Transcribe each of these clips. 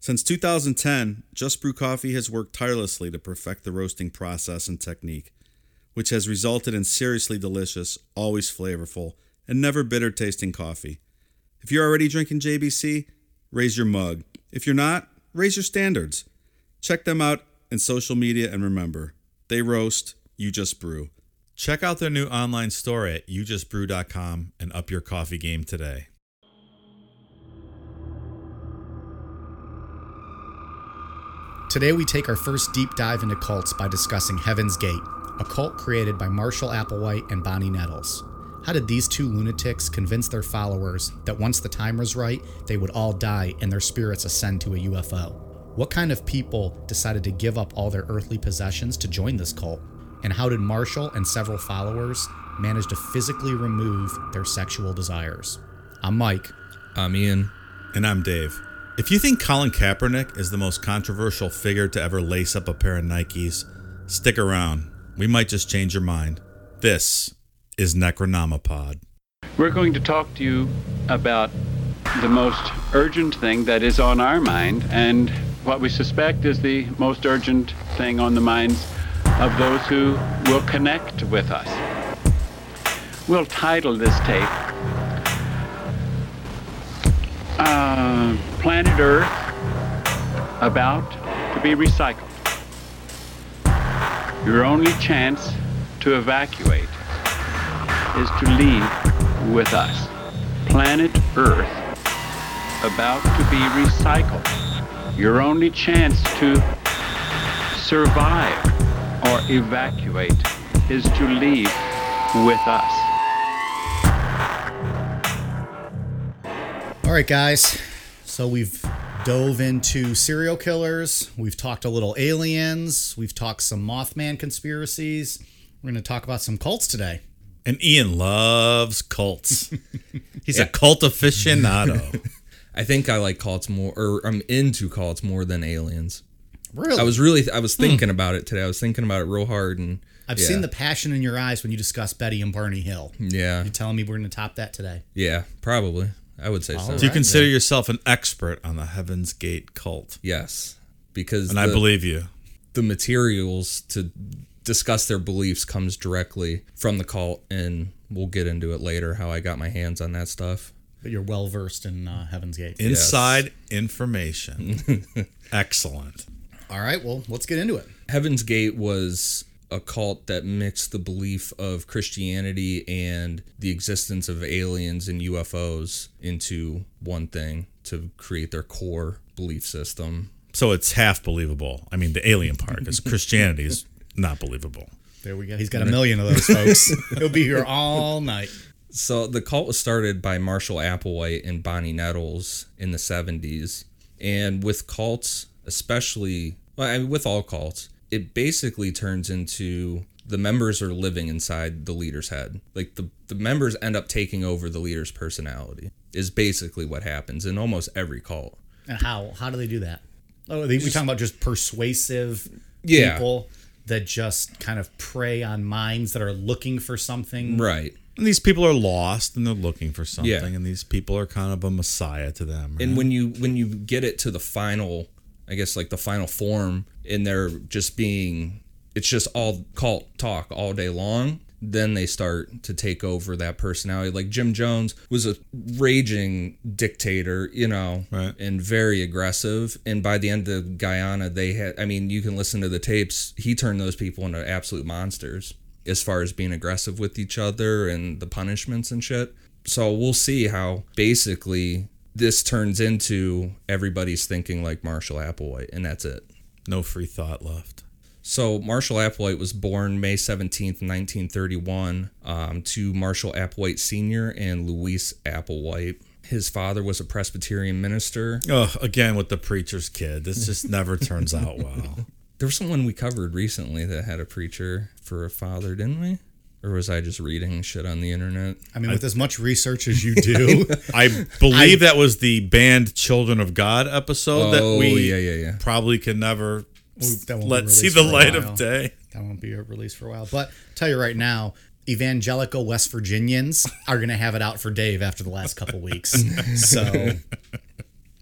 Since 2010, Just Brew Coffee has worked tirelessly to perfect the roasting process and technique, which has resulted in seriously delicious, always flavorful, and never bitter tasting coffee. If you're already drinking JBC, raise your mug. If you're not, raise your standards. Check them out in social media and remember, they roast, you just brew. Check out their new online store at youjustbrew.com and up your coffee game today. Today, we take our first deep dive into cults by discussing Heaven's Gate, a cult created by Marshall Applewhite and Bonnie Nettles. How did these two lunatics convince their followers that once the time was right, they would all die and their spirits ascend to a UFO? What kind of people decided to give up all their earthly possessions to join this cult? And how did Marshall and several followers manage to physically remove their sexual desires? I'm Mike. I'm Ian. And I'm Dave. If you think Colin Kaepernick is the most controversial figure to ever lace up a pair of Nikes, stick around. We might just change your mind. This is Necronomipod. We're going to talk to you about the most urgent thing that is on our mind and what we suspect is the most urgent thing on the minds of those who will connect with us. We'll title this tape uh, Planet Earth About to Be Recycled. Your only chance to evacuate is to leave with us. Planet Earth about to be recycled. Your only chance to survive or evacuate is to leave with us. All right, guys. So we've dove into serial killers. We've talked a little aliens. We've talked some Mothman conspiracies. We're going to talk about some cults today. And Ian loves cults. He's a cult aficionado. I think I like cults more, or I'm into cults more than aliens. Really? I was really, I was thinking about it today. I was thinking about it real hard, and Hmm. I've yeah. seen the passion in your eyes when you discuss Betty and Barney Hill. Yeah, You're telling me we're going to top that today. yeah, probably. I would say so. All Do you right. consider yourself an expert on the Heaven's Gate cult? Yes, because And the, I believe you. the materials to discuss their beliefs comes directly from the cult, and we'll get into it later how I got my hands on that stuff. But you're well versed in uh, Heaven's Gate. Inside information. Excellent. All right, well, let's get into it. Heaven's Gate was a cult that mixed the belief of Christianity and the existence of aliens and UFOs into one thing to create their core belief system. So it's half believable. I mean, the alien part, because Christianity is not believable. There we go. He's got a million of those folks. He'll be here all night. So the cult was started by Marshall Applewhite and Bonnie Nettles in the 70s. And with cults, especially, well, I mean, with all cults, it basically turns into the members are living inside the leader's head. Like the, the members end up taking over the leader's personality, is basically what happens in almost every cult. And how? How do they do that? Oh, they, we talking about just persuasive Yeah. people that just kind of prey on minds that are looking for something. Right. And these people are lost and they're looking for something, Yeah. and these people are kind of a messiah to them. right? and when you when you get it to the final i guess like the final form and they're just being it's just all cult talk all day long then they start to take over that personality like jim jones was a raging dictator you know Right. and very aggressive and by the end of guyana they had i mean you can listen to the tapes he turned those people into absolute monsters as far as being aggressive with each other and the punishments and shit so we'll see how basically this turns into everybody's thinking like Marshall Applewhite, and that's it. no free thought left. So Marshall Applewhite was born May 17th, 1931, um, to Marshall Applewhite Sr. and Louise Applewhite. His father was a Presbyterian minister. Oh, again with the preacher's kid. This just never turns out well. There was someone we covered recently that had a preacher for a father, didn't we? Or was I just reading shit on the internet? I mean, with as much research as you do, I believe that was the band Children of God episode that Oh, we yeah, yeah, yeah. probably can never s- that won't be let see released the for a light while. of day. that won't be released for a while. But tell you right now, evangelical West Virginians are going to have it out for Dave after the last couple weeks. So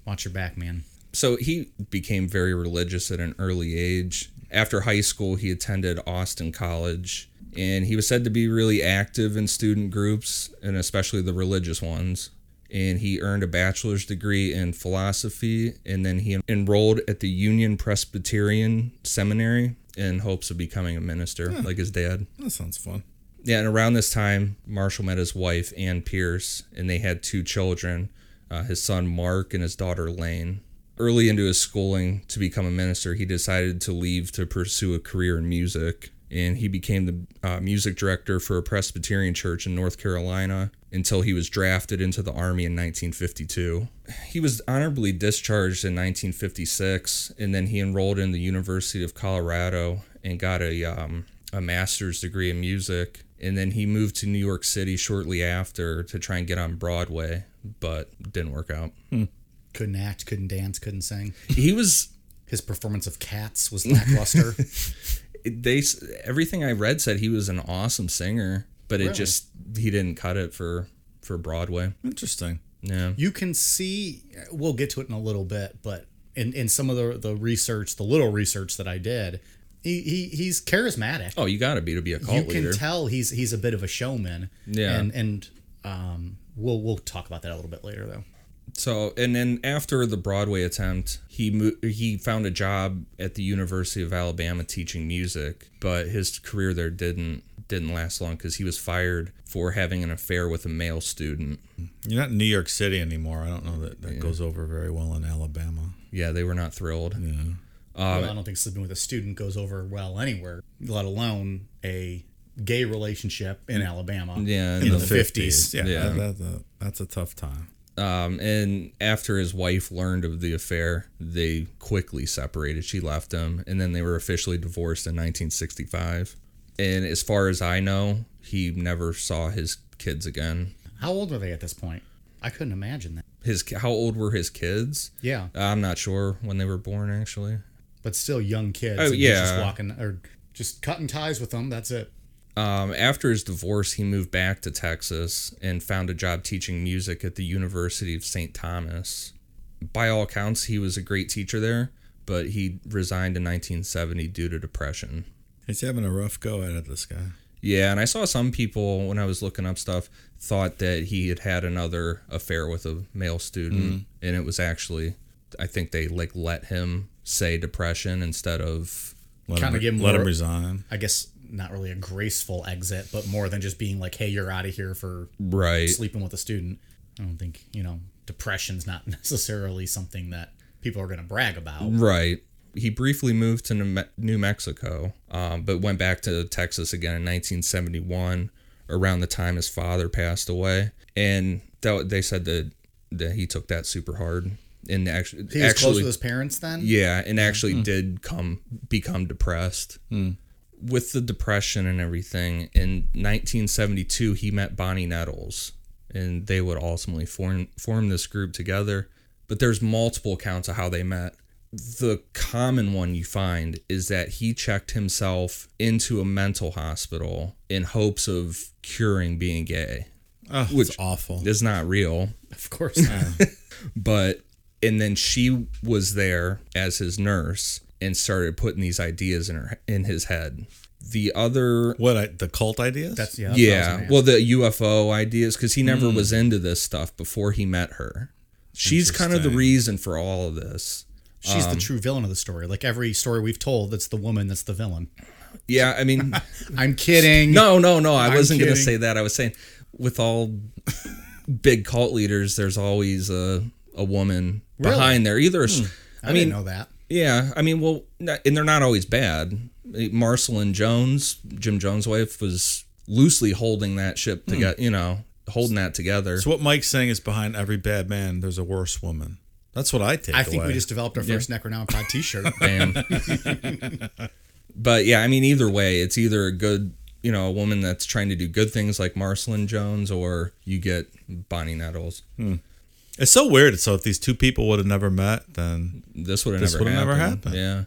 watch your back, man. So he became very religious at an early age. After high school, he attended Austin College, and he was said to be really active in student groups, and especially the religious ones. And he earned a bachelor's degree in philosophy, and then he enrolled at the Union Presbyterian Seminary in hopes of becoming a minister, like his dad. That sounds fun. Yeah, and around this time, Marshall met his wife, Ann Pierce, and they had two children uh, his son, Mark, and his daughter, Lane. Early into his schooling to become a minister, he decided to leave to pursue a career in music. And he became the uh, music director for a Presbyterian church in North Carolina until he was drafted into the Army in 1952. He was honorably discharged in 1956, and then he enrolled in the University of Colorado and got a um, a master's degree in music. And then he moved to New York City shortly after to try and get on Broadway, but didn't work out. Couldn't act, couldn't dance, couldn't sing. He was His performance of Cats was lackluster. they s- everything I read said he was an awesome singer, but it just he didn't cut it for for Broadway. Interesting. Yeah. you can see we'll get to it in a little bit but in, in some of the, the research the little research that i did he, he he's charismatic Oh, you got to be to be a you cult can leader. tell he's he's a bit of a showman Yeah. and and um we'll we'll talk about that a little bit later though So, and then after the Broadway attempt, he mo- he found a job at the University of Alabama teaching music, but his career there didn't didn't last long because he was fired for having an affair with a male student. You're not in New York City anymore. I don't know that that goes over very well in Alabama. Yeah, they were not thrilled. Um, well, i don't think sleeping with a student goes over well anywhere let alone a gay relationship in alabama Yeah, in no. the 50s, Yeah, Yeah. that- that- that's a tough time. Um, and after his wife learned of the affair, they quickly separated. She left him, and then they were officially divorced in 1965. And as far as I know, he never saw his kids again. how old were they at this point i couldn't imagine that His how old were his kids? yeah I'm not sure when they were born actually. but still young kids Oh, and he's just yeah. walking or just cutting ties with them that's it Um, after his divorce, he moved back to Texas and found a job teaching music at the University of St. Thomas. By all accounts, he was a great teacher there, but he resigned in 1970 due to depression. He's having a rough go at it. This guy. Yeah, and I saw some people when I was looking up stuff thought that he had had another affair with a male student, and it was actually, I think they like let him say depression instead of Let Kinda him, give him let a- him resign. I guess not really a graceful exit, but more than just being like, "Hey, you're out of here for right. sleeping with a student." I don't think you know depression's not necessarily something that people are going to brag about. Right. He briefly moved to New Me- New Mexico, um, but went back to Texas again in 1971, around the time his father passed away. And that, they said that, that he took that super hard. And actually, He was close actually with his parents then. yeah, and actually did come become depressed. With the depression and everything, in 1972 he met Bonnie Nettles, and they would ultimately form form this group together. But there's multiple accounts of how they met. The common one you find is that he checked himself into a mental hospital in hopes of curing being gay. Oh, Which- it's awful. It's not real Of course not. but and then she was there as his nurse and started putting these ideas in her in his head the other What I, the cult ideas? That's yeah. that's what I was Hmm. gonna yeah ask. well the ufo ideas because he never was into this stuff before he met her she's kind of the reason for all of this she's um, the true villain of the story. Like every story we've told, that's the woman that's the villain. yeah i mean I'm kidding. no no no i wasn't gonna kidding. say that i was saying with all big cult leaders there's always a a woman behind there either a Hmm. s- I, didn't know that. Yeah, I mean, well, not- and they're not always bad. Marcelin Jones, Jim Jones' wife, was loosely holding that ship together. You know, holding that together. So what Mike's saying is behind every bad man, there's a worse woman. That's what I take. I think away. we just developed our first Necronomicon T-shirt. Bam. but yeah, I mean, either way, it's either a good, you know, a woman that's trying to do good things like Marcelyn Jones, or you get Bonnie Nettles. It's so weird. So if these two people would have never met, then This would have This never, would've never happened. Yeah.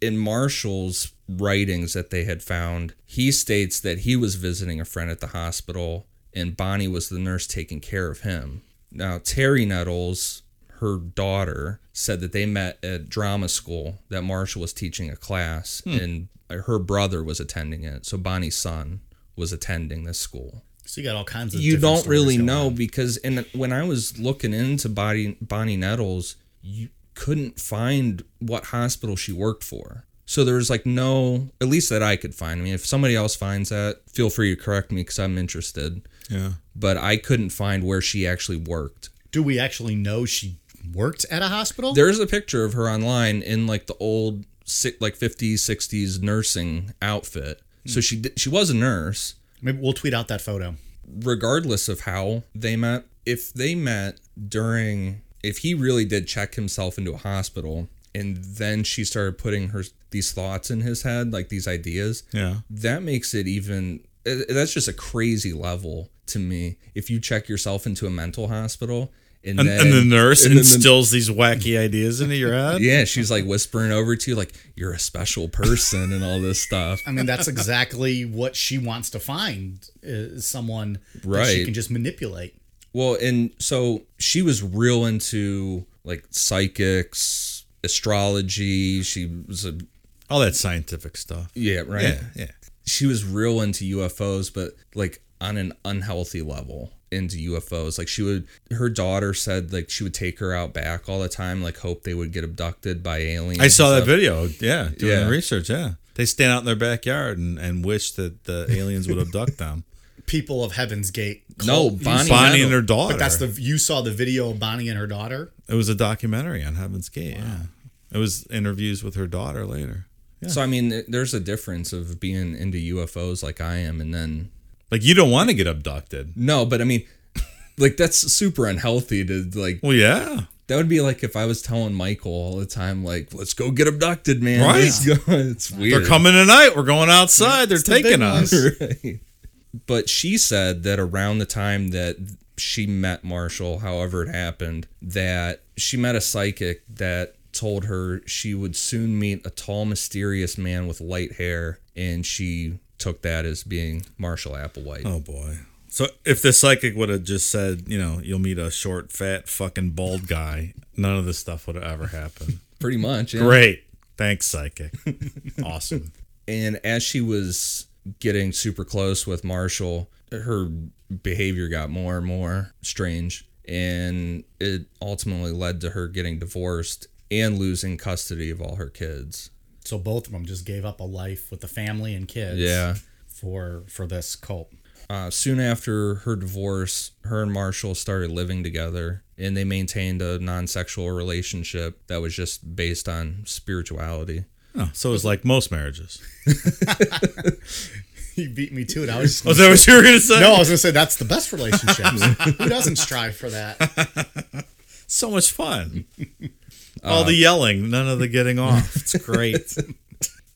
In Marshall's writings that they had found, he states that he was visiting a friend at the hospital and Bonnie was the nurse taking care of him. Now, Terry Nettles, her daughter, said that they met at drama school that Marshall was teaching a class Hmm. and her brother was attending it. So Bonnie's son was attending this school so you got all kinds of. you different don't stories really going know on. because and when I was looking into Bonnie Bonnie Nettles, you couldn't find what hospital she worked for. So there was like no, at least that I could find. I mean, if somebody else finds that, feel free to correct me because I'm interested. yeah. But I couldn't find where she actually worked. Do we actually know she worked at a hospital? There's a picture of her online in like the old si- like 50s, 60s nursing outfit. Hmm. So she di- she was a nurse, Maybe we'll tweet out that photo. regardless of how they met, if they met during, if he really did check himself into a hospital and then she started putting her these thoughts in his head, like these ideas, Yeah. that makes it even, eh, that's just a crazy level to me. If you check yourself into a mental hospital and, And, then, and the nurse and then the- instills these wacky ideas into your head. yeah, she's like whispering over to you, like, you're a special person and all this stuff. I mean, that's exactly what she wants to find is someone that she Right. can just manipulate. Well, and so she was real into like psychics, astrology. She was a All that scientific stuff. yeah, right. Yeah. Yeah. She was real into UFOs, but like on an unhealthy level into UFOs. Like she would her daughter said like she would take her out back all the time, like hope they would get abducted by aliens. I saw and that stuff. video. Yeah. Doing Yeah. research. Yeah. They stand out in their backyard and, and wish that the aliens would abduct them. People of Heaven's Gate. No, cult. Bonnie, Bonnie and her Nettle. daughter. But that's the you saw the video of Bonnie and her daughter. It was a documentary on Heaven's Gate. Yeah. It was interviews with her daughter later. So I mean, th- there's a difference of being into UFOs like I am, and then Like you don't want to get abducted. no, but I mean, like that's super unhealthy to like Well, yeah. That would be like if I was telling Michael all the time, like, let's go get abducted, man. Right. Let's go." It's weird. They're coming tonight. We're going outside. They're taking us. Right. But she said that around the time that she met Marshall, however it happened, that she met a psychic that told her she would soon meet a tall, mysterious man with light hair, and she took that as being Marshall Applewhite. Oh boy. So if the psychic would have just said, you know, you'll meet a short, fat, fucking bald guy, none of this stuff would have ever happened. Pretty much. yeah. Great. Thanks, psychic. awesome. and as she was getting super close with Marshall, her behavior got more and more strange, and it ultimately led to her getting divorced and losing custody of all her kids. So both of them just gave up a life with the family and kids. Yeah. For for this cult. Uh, soon after her divorce, her and Marshall started living together, and they maintained a non sexual relationship that was just based on spirituality. Oh, so it was like most marriages. You beat me to it. I was just Oh, is that what you were gonna say? no, I was gonna say that's the best relationships. Who doesn't strive for that? So much fun. All Uh, the yelling, none of the getting off. It's great.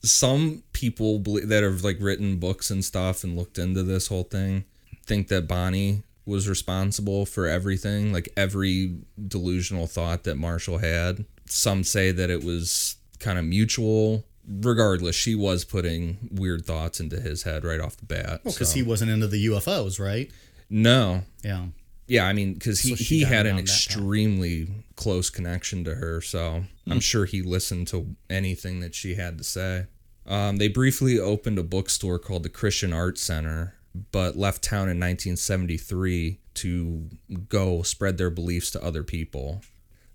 some people believe, that have like written books and stuff and looked into this whole thing think that Bonnie was responsible for everything, like every delusional thought that Marshall had. Some say that it was kind of mutual. Regardless, she was putting weird thoughts into his head right off the bat. Because so- he wasn't into the UFOs, right? no, Yeah. yeah, I mean, because he, So she he got had around an that path. extremely close connection to her, so Hmm. I'm sure he listened to anything that she had to say. Um, they briefly opened a bookstore called the Christian Art Center, but left town in 1973 to go spread their beliefs to other people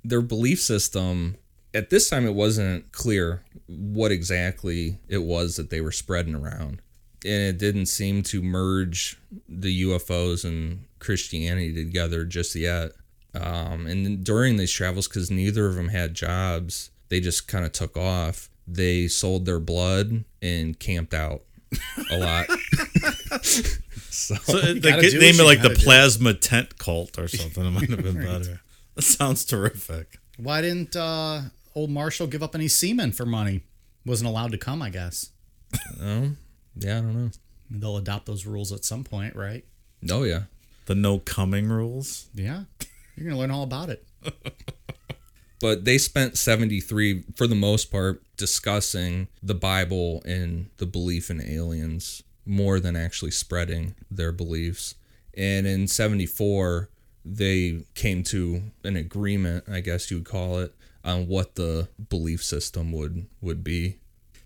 their belief system at this time it wasn't clear what exactly it was that they were spreading around and it didn't seem to merge the ufos and christianity together just yet um, and then during these travels because neither of them had jobs they just kind of took off they sold their blood and camped out a lot So uh, they gotta do could what name it you like the gotta do. plasma tent cult or something. It might have been better. That sounds terrific. Why didn't uh, old Marshall give up any semen for money? Wasn't allowed to come, I guess. Yeah, I don't know. They'll adopt those rules at some point, right? Oh yeah. The no coming rules. Yeah. You're going to learn all about it. But they spent 73 for the most part discussing the Bible and the belief in aliens more than actually spreading their beliefs. And in 74 they came to an agreement, I guess you would call it, on what the belief system would would be.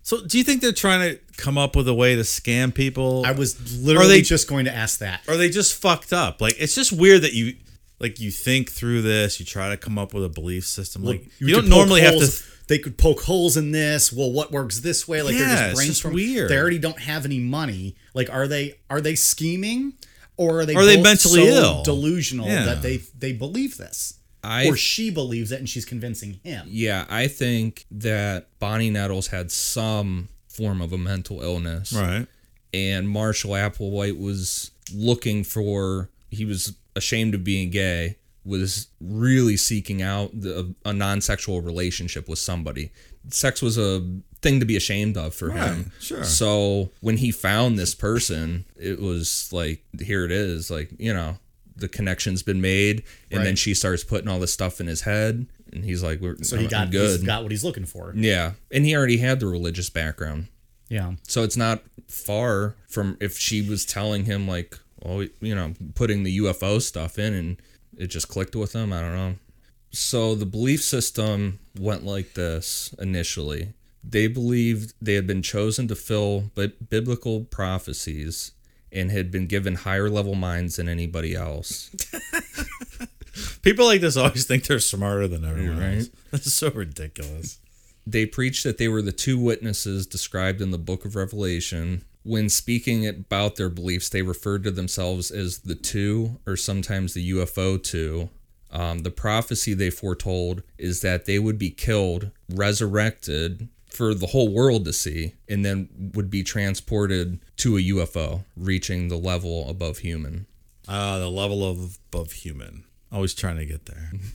So, do you think they're trying to come up with a way to scam people? I was literally they- just going to ask that. Or they just fucked up? Like, it's just weird that you, like, you think through this, you try to come up with a belief system. Like, you, could don't poke normally have to. holes- they could poke holes in this. Well, what works this way? Like Yeah, they're it's just brainstorming. just weird. They already don't have any money. Like, are they are they scheming, or are they Are they both mentally so ill? delusional Yeah. that they they believe this, I or she believes it and she's convincing him? Yeah, I think that Bonnie Nettles had some form of a mental illness. right. And Marshall Applewhite was looking for, he was ashamed of being gay, was really seeking out the, a non sexual relationship with somebody. Sex was a thing to be ashamed of for him. sure. So when he found this person, it was like, here it is. Like, you know, the connection's been made. And then Right. she starts putting all this stuff in his head. And he's like, we're, So he got good. he's got what he's looking for. Yeah, and he already had the religious background, Yeah, so it's not far from if she was telling him like, oh, you know, putting the UFO stuff in, and it just clicked with him. I don't know. So the belief system went like this initially. They believed they had been chosen to fill bi- biblical prophecies and had been given higher level minds than anybody else. People like this always think they're smarter than everyone Right. else. That's so ridiculous. they preached that they were the two witnesses described in the book of Revelation. When speaking about their beliefs, they referred to themselves as the two or sometimes the UFO two. Um, the prophecy they foretold is that they would be killed, resurrected for the whole world to see, and then would be transported to a UFO, reaching the level above human. Uh, the level of above human. Always trying to get there. Mm-hmm.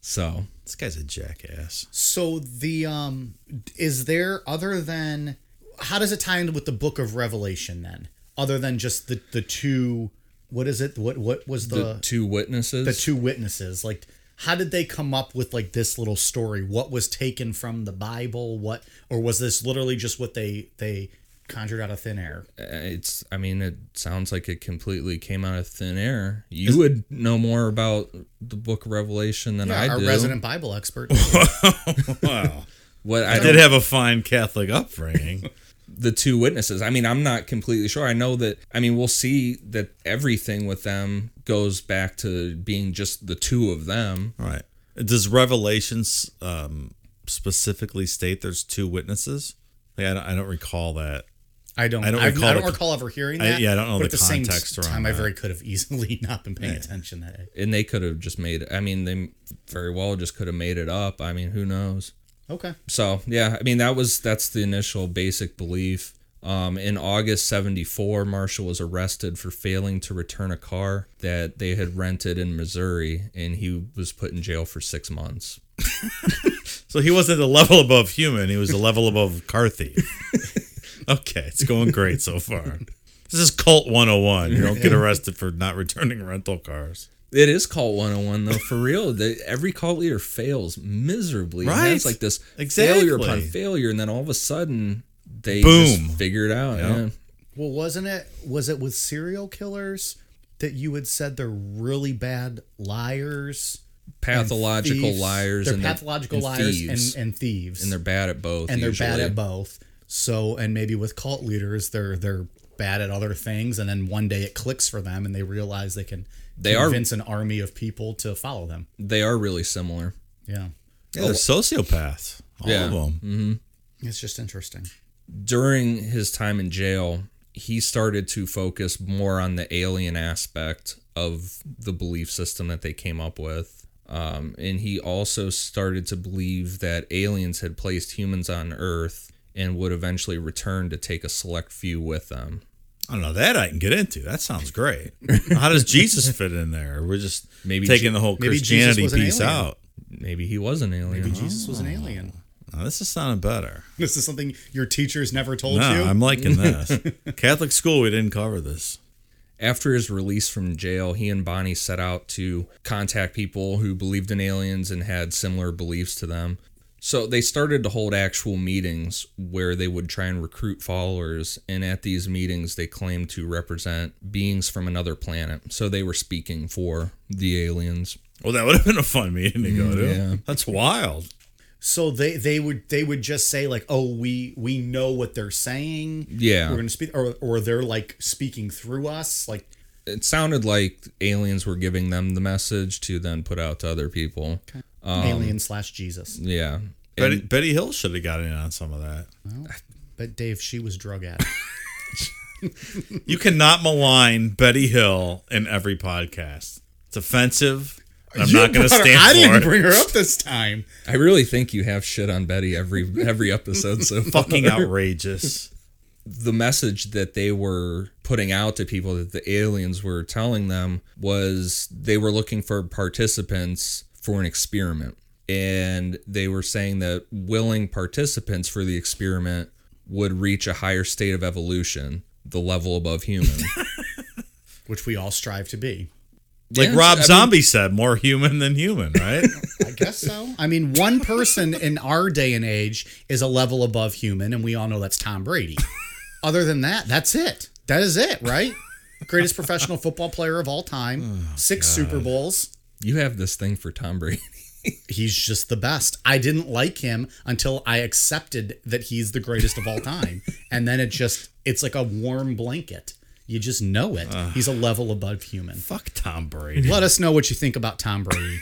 So, This guy's a jackass. So the um is there other than how does it tie in with the book of Revelation then? Other than just the the two what is it? What what was the, the two witnesses. the two witnesses? Like how did they come up with like this little story? What was taken from the Bible? What or was this literally just what they they conjured out of thin air? it's i mean it sounds like it completely came out of thin air you would know more about the book of revelation than i Our do resident Bible expert. Wow. what i I did have a fine Catholic upbringing. the two witnesses i mean i'm not completely sure i know that i mean we'll see that everything with them goes back to being just the two of them All right. Does Revelations um, specifically state there's two witnesses? Like, I, don't, I don't recall that. I don't. I I don't don't recall, recall I don't the- recall ever hearing I- that. yeah, I don't know but the at the same context around time, I that. very could have easily not been paying attention that day. and they could have just made i mean they very well just could have made it up i mean who knows Okay. so yeah i mean that was that's the initial basic belief um, in august 74 marshall was arrested for failing to return a car that they had rented in missouri and he was put in jail for six months So he wasn't the level above human. He was the level above car thief. Okay, it's going great so far. This is cult 101. You don't get arrested for not returning rental cars. it is cult 101 though for real they, every cult leader fails miserably and Right. that's like this failure upon Exactly. failure and then all of a sudden they Boom. just figure it out yeah. Well, wasn't it? Was it with serial killers that you had said they're really bad liars, and pathological thieves? liars They're and they're- pathological and liars thieves. and and thieves, and they're bad at both and they're bad usually. at both. So, and maybe with cult leaders, they're they're bad at other things, and then one day it clicks for them, and they realize they can They are- convince an army of people to follow them. they are really similar Yeah, Yeah, they're sociopaths. All Yeah. of them. it's just interesting. during his time in jail, he started to focus more on the alien aspect of the belief system that they came up with. Um, and he also started to believe that aliens had placed humans on Earth and would eventually return to take a select few with them. I don't know. That I can get into. That sounds great. How does Jesus fit in there? We're just Maybe maybe taking Je- the whole maybe Jesus Christianity was an piece alien. out. Maybe he was an alien. Maybe Jesus was an alien. Now, this is sounding better. This is something your teachers never told No, you. I'm liking this. Catholic school, we didn't cover this. After his release from jail, he and Bonnie set out to contact people who believed in aliens and had similar beliefs to them. So they started to hold actual meetings where they would try and recruit followers. And at these meetings, they claimed to represent beings from another planet. So they were speaking for the aliens. Well, that would have been a fun meeting to Mm, go to. yeah. That's wild. so they they would they would just say like, oh, we we know what they're saying. Yeah. we're gonna speak, or or they're like speaking through us. Like It sounded like aliens were giving them the message to then put out to other people. Um, alien slash Jesus. Yeah. Betty, Betty Hill should have got in on some of that. But Dave, she was drug addict. You cannot malign Betty Hill in every podcast. It's offensive. and I'm You not going to brought her- stand I for didn't it. bring her up this time. I really think you have shit on Betty every every episode so far. Fucking outrageous. the message that they were putting out to people that the aliens were telling them was they were looking for participants for an experiment. And they were saying that willing participants for the experiment would reach a higher state of evolution, the level above human. Which we all strive to be. Like Yeah, I Rob mean- Zombie said, more human than human, right? I guess so. I mean, one person in our day and age is a level above human, and we all know that's Tom Brady. Other than that, that's it. That is it, right? Greatest professional football player of all time, six Oh, Super Bowls. You have this thing for Tom Brady. He's just the best. I didn't like him until I accepted that he's the greatest of all time. And then it just, it's like a warm blanket. You just know it. He's a level above human. Fuck Tom Brady. Let us know what you think about Tom Brady.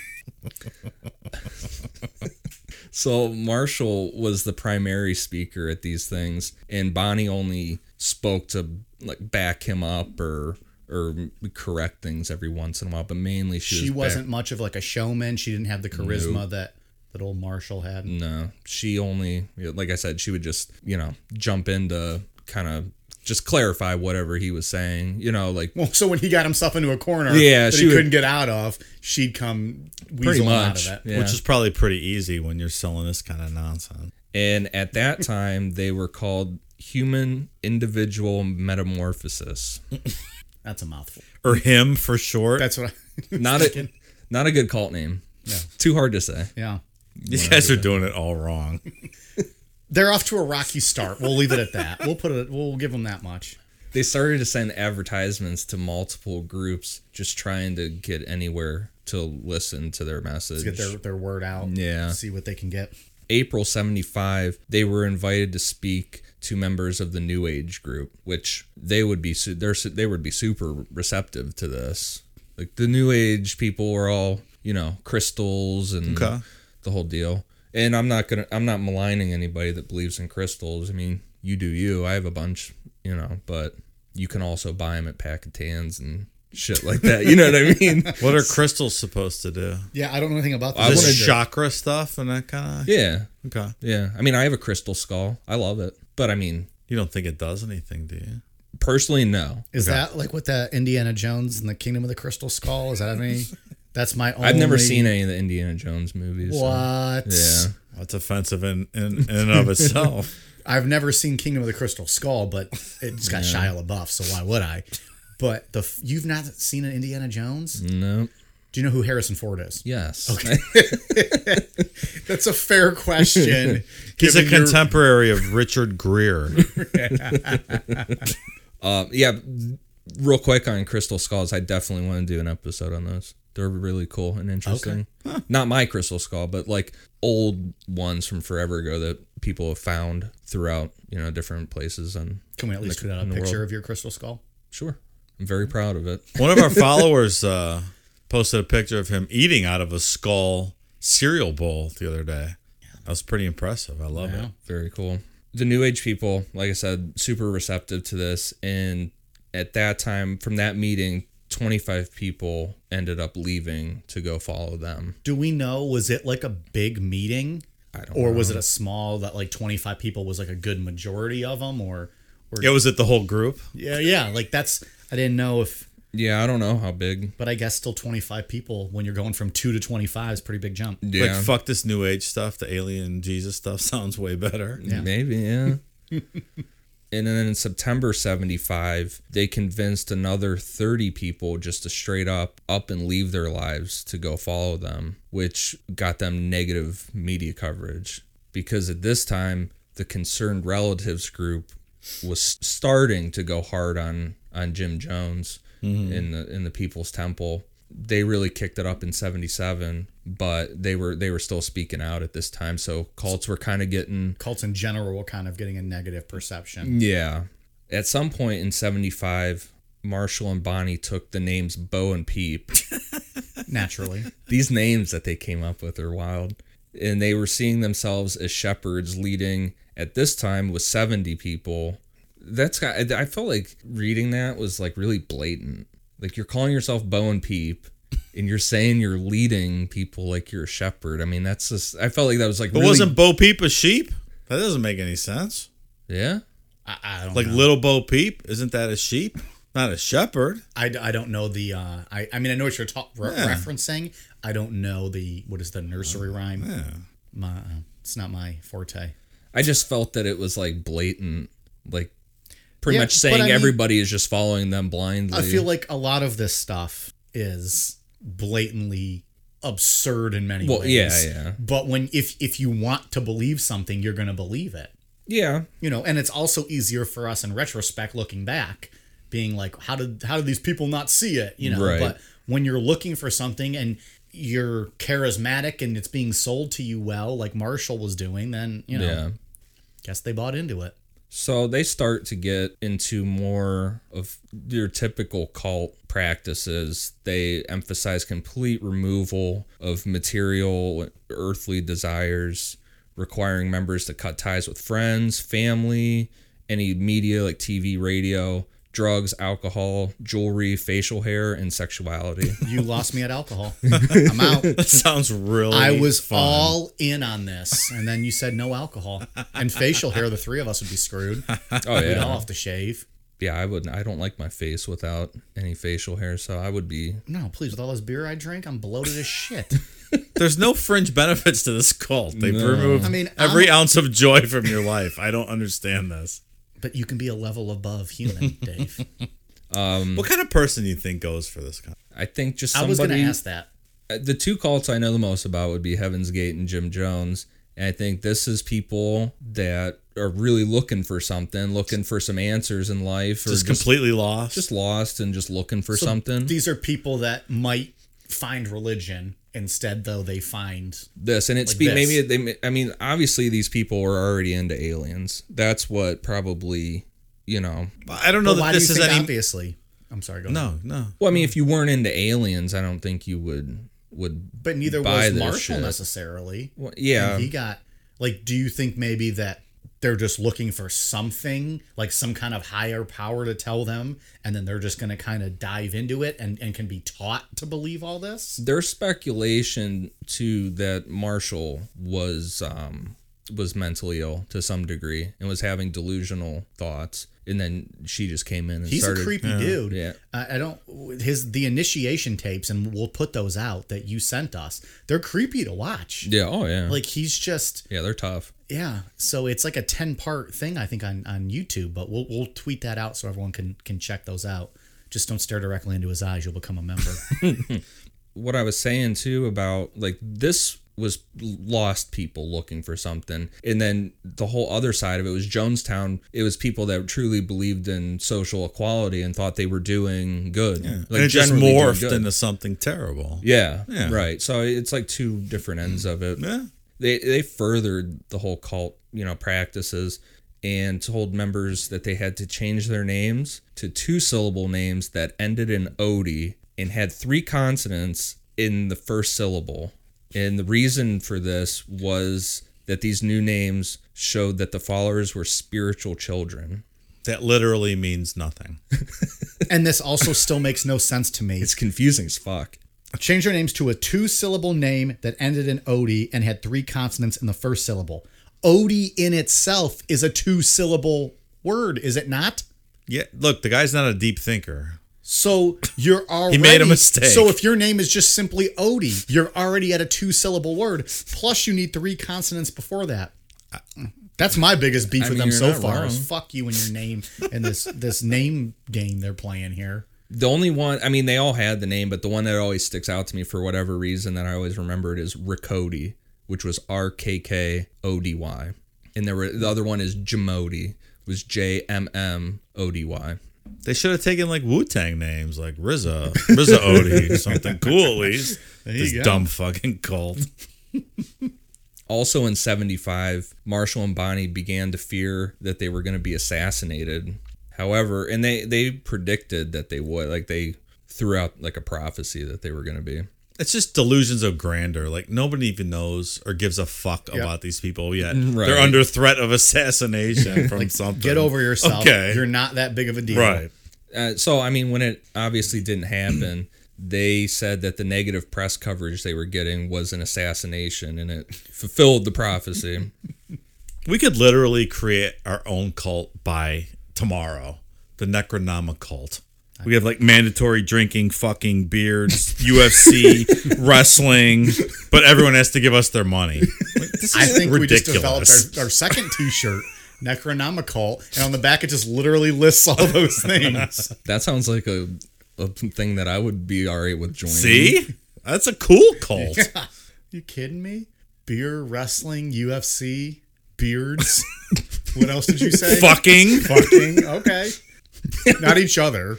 So Marshall was the primary speaker at these things, and Bonnie only spoke to like back him up or or correct things every once in a while, but mainly she, she was back- wasn't much of like a showman. She didn't have the charisma that that old Marshall had. no, she only like I said, she would just you know jump into kind of just clarify whatever he was saying, you know, like Well, so when he got himself into a corner, Yeah, that she he would- couldn't get out of, she'd come pretty weasel him out of much, it. yeah. Which is probably pretty easy when you're selling this kind of nonsense. and at that time they were called human individual metamorphosis. That's a mouthful. Or him for short. That's what. I, not a not a good cult name. Too hard to say. yeah, you guys are doing it all wrong. they're off to a rocky start. We'll leave it at that. We'll put it. We'll give them that much. They started to send advertisements to multiple groups, just trying to get anywhere to listen to their message. Get their their word out. Yeah. See what they can get. April '75, they were invited to speak to members of the New Age group, which they would be su- they're, su- they would be super receptive to this. Like the New Age people are all you know crystals and Okay. the whole deal. And I'm not gonna I'm not maligning anybody that believes in crystals. I mean, you do you. I have a bunch, you know, but you can also buy them at Packetans and shit like that. You know what I mean? What are crystals supposed to do? Yeah, I don't know anything about this. I Just wanna- chakra stuff and that kind of. Yeah, Okay. yeah. I mean, I have a crystal skull. I love it. But I mean, You don't think it does anything, do you? personally, no. Is that like what the Indiana Jones and the Kingdom of the Crystal Skull? Is that any? That's my. Only, I've never seen any of the Indiana Jones movies. so- What? Yeah. That's offensive in in, in and of itself. I've never seen Kingdom of the Crystal Skull, but it's got Shia LaBeouf, so why would I? But the f- you've not seen an Indiana Jones? No. Do you know who Harrison Ford is? Yes. Okay. That's a fair question. He's a given your- contemporary of Richard Greer. um, yeah. Real quick on crystal skulls, I definitely want to do an episode on those. They're really cool and interesting. Not my crystal skull, but like old ones from forever ago that people have found throughout you know different places. And Can we at least put out a the picture world. of your crystal skull? sure, I'm very proud of it. One of our followers uh, posted a picture of him eating out of a skull cereal bowl the other day. That was pretty impressive. I love it. Very cool. The New Age people, like I said, super receptive to this. And at that time, from that meeting, 25 people ended up leaving to go follow them. Do we know? Was it like a big meeting, I don't or was it a small that like twenty five people was like a good majority of them, or or Yeah, was it the whole group? yeah, yeah, like that's I didn't know if Yeah, I don't know how big. But I guess still 25 people when you're going from two to 25 is a pretty big jump. Yeah, Like fuck this new age stuff, the alien Jesus stuff sounds way better. Yeah. maybe. Yeah. and then in September '75, they convinced another 30 people just to straight up up and leave their lives to go follow them, which got them negative media coverage because at this time the concerned relatives group was starting to go hard on on Jim Jones in the in the People's Temple. They really kicked it up in '77, but they were they were still speaking out at this time. So cults were kind of getting Cults in general were kind of getting a negative perception. yeah. At some point in '75, Marshall and Bonnie took the names Bo and Peep. Naturally. These names that they came up with are wild, and they were seeing themselves as shepherds leading. At this time, with 70 people, that's got. I I felt like reading that was like really blatant. Like you're calling yourself Bo and Peep. And you're saying you're leading people like you're a shepherd. I mean, that's just. I felt like that was like. But really- wasn't Bo Peep a sheep? That doesn't make any sense. Yeah. I, I don't Like know. little Bo Peep, isn't that a sheep? Not a shepherd. I, d- I don't know the. Uh, I, I mean, I know what you're ta- re- Yeah. referencing. I don't know the. What is the nursery rhyme? Yeah. My, uh, it's not my forte. I just felt that it was like blatant, like pretty Yeah, much but saying I mean- everybody is just following them blindly. I feel like a lot of this stuff is blatantly absurd in many Well, ways. yeah, yeah. But when if if you want to believe something, you're going to believe it. yeah, You know, and it's also easier for us in retrospect looking back being like how did how did these people not see it, you know? Right. But when you're looking for something and you're charismatic and it's being sold to you well like Marshall was doing, then, you know, yeah. guess they bought into it. So they start to get into more of your typical cult practices. They emphasize complete removal of material, earthly desires, requiring members to cut ties with friends, family, any media like TV, radio, drugs, alcohol, jewelry, facial hair, and sexuality. You lost me at alcohol. I'm out. That sounds really I was fun. all in on this, and then you said no alcohol and facial hair. The three of us would be screwed. oh, We'd yeah. all have to shave. yeah, I would. I don't like my face without any facial hair, so I would be. No, please. With all this beer I drink, I'm bloated as shit. There's no fringe benefits to this cult. They've removed I mean, every I'm- ounce of joy from your life. I don't understand this. But you can be a level above human, Dave. Hmm. What kind of person do you think goes for this kind? I think just I somebody. uh, was going to ask that. The two cults I know the most about would be Heaven's Gate and Jim Jones, and I think this is people that are really looking for something, looking for some answers in life, or Just, just completely lost. just lost and just looking for So something. These are people that might find religion instead, though they find this and it's Like be this. maybe they i mean obviously these people were already into aliens that's what probably you know I don't know But that why do this you is think any. obviously? I'm sorry. Go ahead. No, no. well i mean if you weren't into aliens i don't think you would would but neither buy was this Marshall shit. necessarily. Well, yeah. And he got like do you think maybe that they're just looking for something like some kind of higher power to tell them and then they're just going to kind of dive into it and, and can be taught to believe all this there's speculation too that Marshall was um was mentally ill to some degree and was having delusional thoughts and then she just came in and he's started a creepy dude yeah. I, I don't his the initiation tapes and we'll put those out that you sent us they're creepy to watch yeah oh yeah like he's just yeah they're tough yeah so it's like a 10 part thing i think on on youtube but we'll, we'll tweet that out so everyone can can check those out just don't stare directly into his eyes you'll become a member what I was saying too about like this was lost people looking for something and then the whole other side of it was jonestown it was people that truly believed in social equality and thought they were doing good yeah. and it just morphed into something terrible. yeah, Yeah. right so it's like two different ends of it Yeah. they they furthered the whole cult you know practices and told members that they had to change their names to two syllable names that ended in ody and had three consonants in the first syllable and the reason for this was that these new names showed that the followers were spiritual children That literally means nothing. And this also still makes no sense to me. it's confusing as fuck Change their names to a two syllable name that ended in OD and had three consonants in the first syllable. OD in itself is a two syllable word, is it not? Yeah. Look, the guy's not a deep thinker. So you're already made a mistake. So if your name is just simply Odie, you're already at a two syllable word. Plus you need three consonants before that. That's my biggest beef I with mean, them you're so not far is wrong. fuck you and your name and this this name game they're playing here. The only one, I mean, they all had the name, but the one that always sticks out to me for whatever reason that I always remembered is Ricody, which was R K K O D Y, and there were the other one is Jamody, was J M M O D Y. They should have taken like Wu Tang names like RZA, RZA Odie, something cool at least. you This go. dumb fucking cult. Also in 75, Marshall and Bonnie began to fear that they were going to be assassinated. However, and they they predicted that they would, like they threw out like a prophecy that they were going to be. It's just delusions of grandeur. Like nobody even knows or gives a fuck about these people yet. Right. They're under threat of assassination from something. Get over yourself. Okay. You're not that big of a deal. Right. Uh, so I mean, when it obviously didn't happen, they said that the negative press coverage they were getting was an assassination, and it fulfilled the prophecy. We could literally create our own cult by tomorrow. The Necronomicon cult. We have like mandatory drinking, fucking beards, UFC, wrestling, but everyone has to give us their money. Like, this I is think ridiculous. we just developed our, our second t-shirt, Necronomicon, and on the back it just literally lists all those things. That sounds like a, a thing that I would be all right with joining. See? That's a cool cult. you kidding me? Beer, wrestling, UFC, beards. what else did you say? Fucking. Fucking. Okay. Not each other.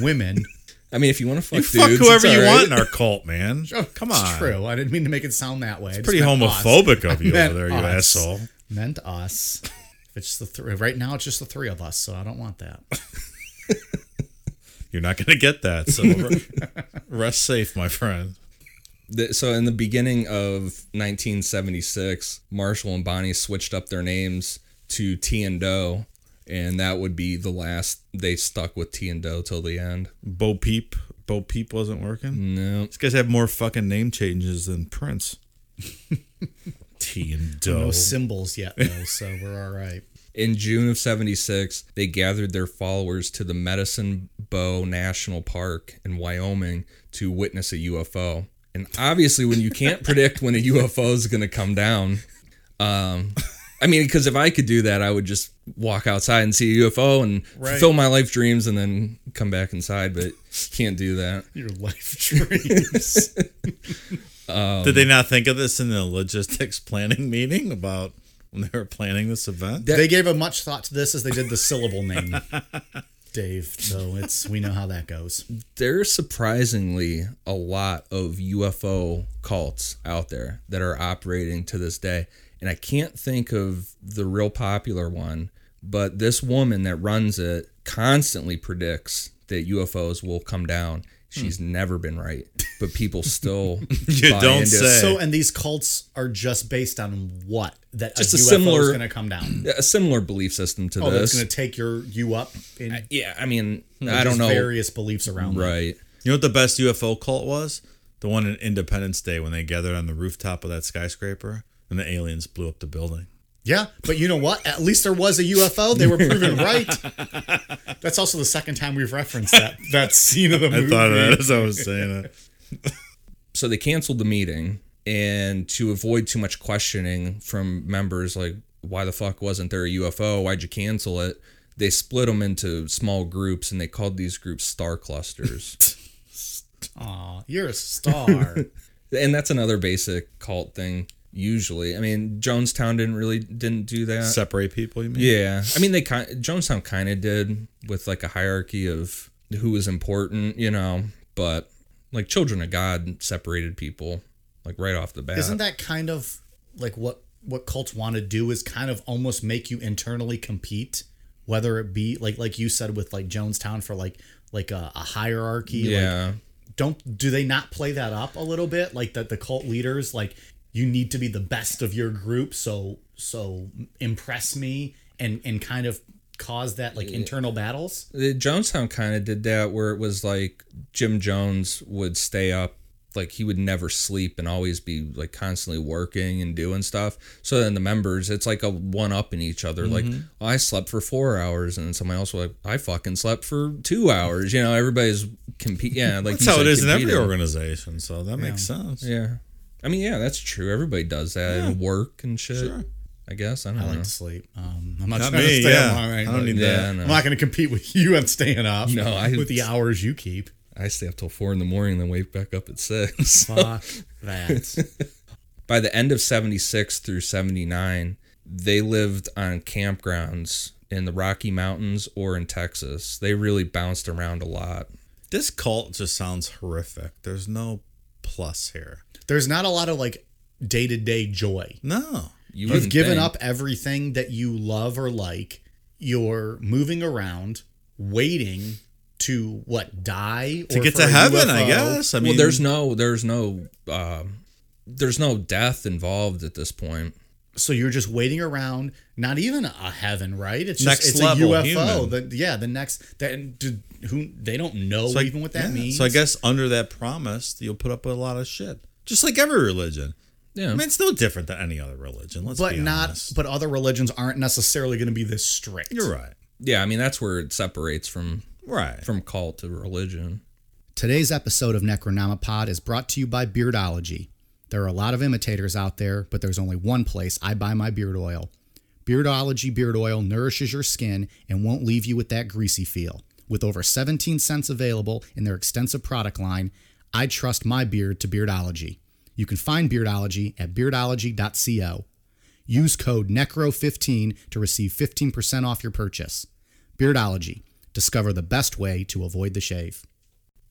Women. I mean, if you want to fuck You dudes, fuck it's whoever you all right. want in our cult, man. Oh, Come It's on. true. I didn't mean to make it sound that way. It's Pretty homophobic of you meant over there, you us. asshole. Meant us. It's just the three. Right now, it's just the three of us, so I don't want that. Oh. You're not going to get that. So rest safe, my friend. Th- So in the beginning of 1976, Marshall and Bonnie switched up their names to T and Doe, and that would be the last they stuck with T and Doe till the end. Bo Peep. Bo Peep wasn't working. No. These guys have more fucking name changes than Prince. T and No Doe. symbols yet, though, so we're all right. In June of 76, they gathered their followers to the Medicine Bow National Park in Wyoming to witness a UFO. And obviously, when you can't predict when a UFO is going to come down, um, I mean, because if I could do that, I would just walk outside and see a UFO and fulfill my life dreams and then come back inside, but can't do that. Your life dreams. Did they not think of this in the logistics planning meeting about when they were planning this event? they gave a much thought to this as they did the syllable name, Dave. So it's we know how that goes. there's surprisingly a lot of UFO cults out there that are operating to this day. And I can't think of the real popular one, but this woman that runs it constantly predicts that UFOs will come down. She's never been right, but people still You buy don't into it. say. So and these cults are just based on what that Just a a UFO is similar- going to come down. a similar belief system to Oh, that's this. going to take your you up in yeah, I mean, I just don't know. various beliefs around that. right. You know what the best UFO cult was? The one in Independence Day when they gathered on the rooftop of that skyscraper and the aliens blew up the building. Yeah, but you know what? At least there was a UFO. They were proven right. That's also the second time we've referenced that that scene of the movie. I thought of that as I was saying it. so they canceled the meeting and to avoid too much questioning from members like why the fuck wasn't there a ufo why'd you cancel it they split them into small groups and they called these groups star clusters Aw, you're a star. and that's another basic cult thing usually i mean jonestown didn't really didn't do that Separate people, you mean? yeah i mean they kind jonestown kind of did with like a hierarchy of who was important you know but like children of god separated people like right off the bat Isn't that kind of like what what cults want to do is kind of almost make you internally compete, whether it be like like you said with like Jonestown for like like a, a hierarchy. like, yeah don't do they not play that up a little bit like that the cult leaders like you need to be the best of your group so so impress me and and kind of cause that like internal battles the Jonestown kind of did that where it was like Jim Jones would stay up like he would never sleep and always be like constantly working and doing stuff. So then the members, it's like a one up in each other. Like Mm-hmm. "Oh, I slept for four hours, and then somebody else was like I fucking slept for two hours. You know, everybody's compete. Yeah, like That's you how it said, is in every competing. organization. So that makes sense. Yeah, I mean, yeah, that's true. Everybody does that and work and shit. I guess I don't I know. like to sleep. Um, I'm not, Uh-huh. Not trying to me. stay Yeah. up all night. I don't but- need yeah, that. no. I'm not going to compete with you on staying up. No, I- with the hours you keep. I stay up till four in the morning, then wake back up at six. Fuck that. by the end of 76 through 79 they lived on campgrounds in the rocky mountains or in texas they really bounced around a lot This cult just sounds horrific. There's no plus here. There's not a lot of like day to day joy. No. you You've wouldn't given think. up everything that you love or like. You're moving around, waiting to what die To or get for to a heaven, I UFO. guess. I mean, well there's no there's no um there's no death involved at this point So you're just waiting around, not even a heaven, right? It's Next just it's level, a UFO. human. The, yeah, the next that do- who they don't know So I- even what that yeah. means. So I guess under that promise, you'll put up with a lot of shit, just like every religion. yeah I mean, it's no different than any other religion. Let's but be not honest. but other religions aren't necessarily going to be this strict. You're right. yeah i mean that's where it separates from Right. from cult to religion Today's episode of Necronomipod is brought to you by Beardology. There are a lot of imitators out there, but there's only one place I buy my beard oil. Beardology beard oil nourishes your skin and won't leave you with that greasy feel. With over 17 cents available in their extensive product line, I trust my beard to Beardology. You can find Beardology at beardology.co. Use code NECRO15 to receive 15% off your purchase. Beardology. Discover the best way to avoid the shave.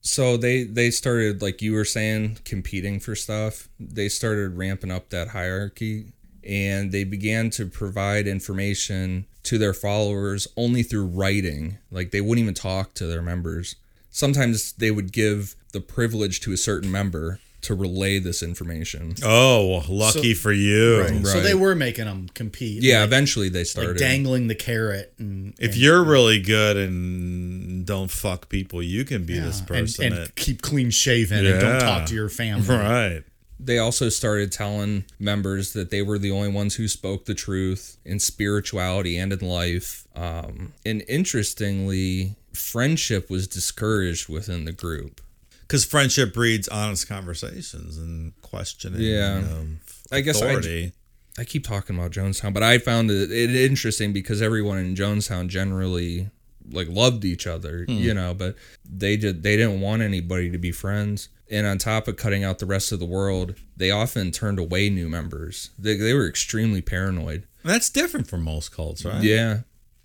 so they they started like you were saying competing for stuff they started ramping up that hierarchy and they began to provide information to their followers only through writing like they wouldn't even talk to their members sometimes they would give the privilege to a certain member to relay this information Oh, well, lucky for you. So Right. they were making them compete. yeah eventually like they started dangling the carrot and If you're really good and don't fuck people, you can be this uh, and, person. and that- keep clean shaven and don't Yeah. talk to your family. right. they also started telling members that they were the only ones who spoke the truth in spirituality and in life. Um, and interestingly, friendship was discouraged within the group. Because friendship breeds honest conversations and questioning. Yeah. um, I guess I- authority. I keep talking about Jonestown, but I found it, it interesting because everyone in Jonestown generally like loved each other, you know, but they did they didn't want anybody to be friends. And on top of cutting out the rest of the world, they often turned away new members. They, they were extremely paranoid. That's different from most cults, right? Yeah.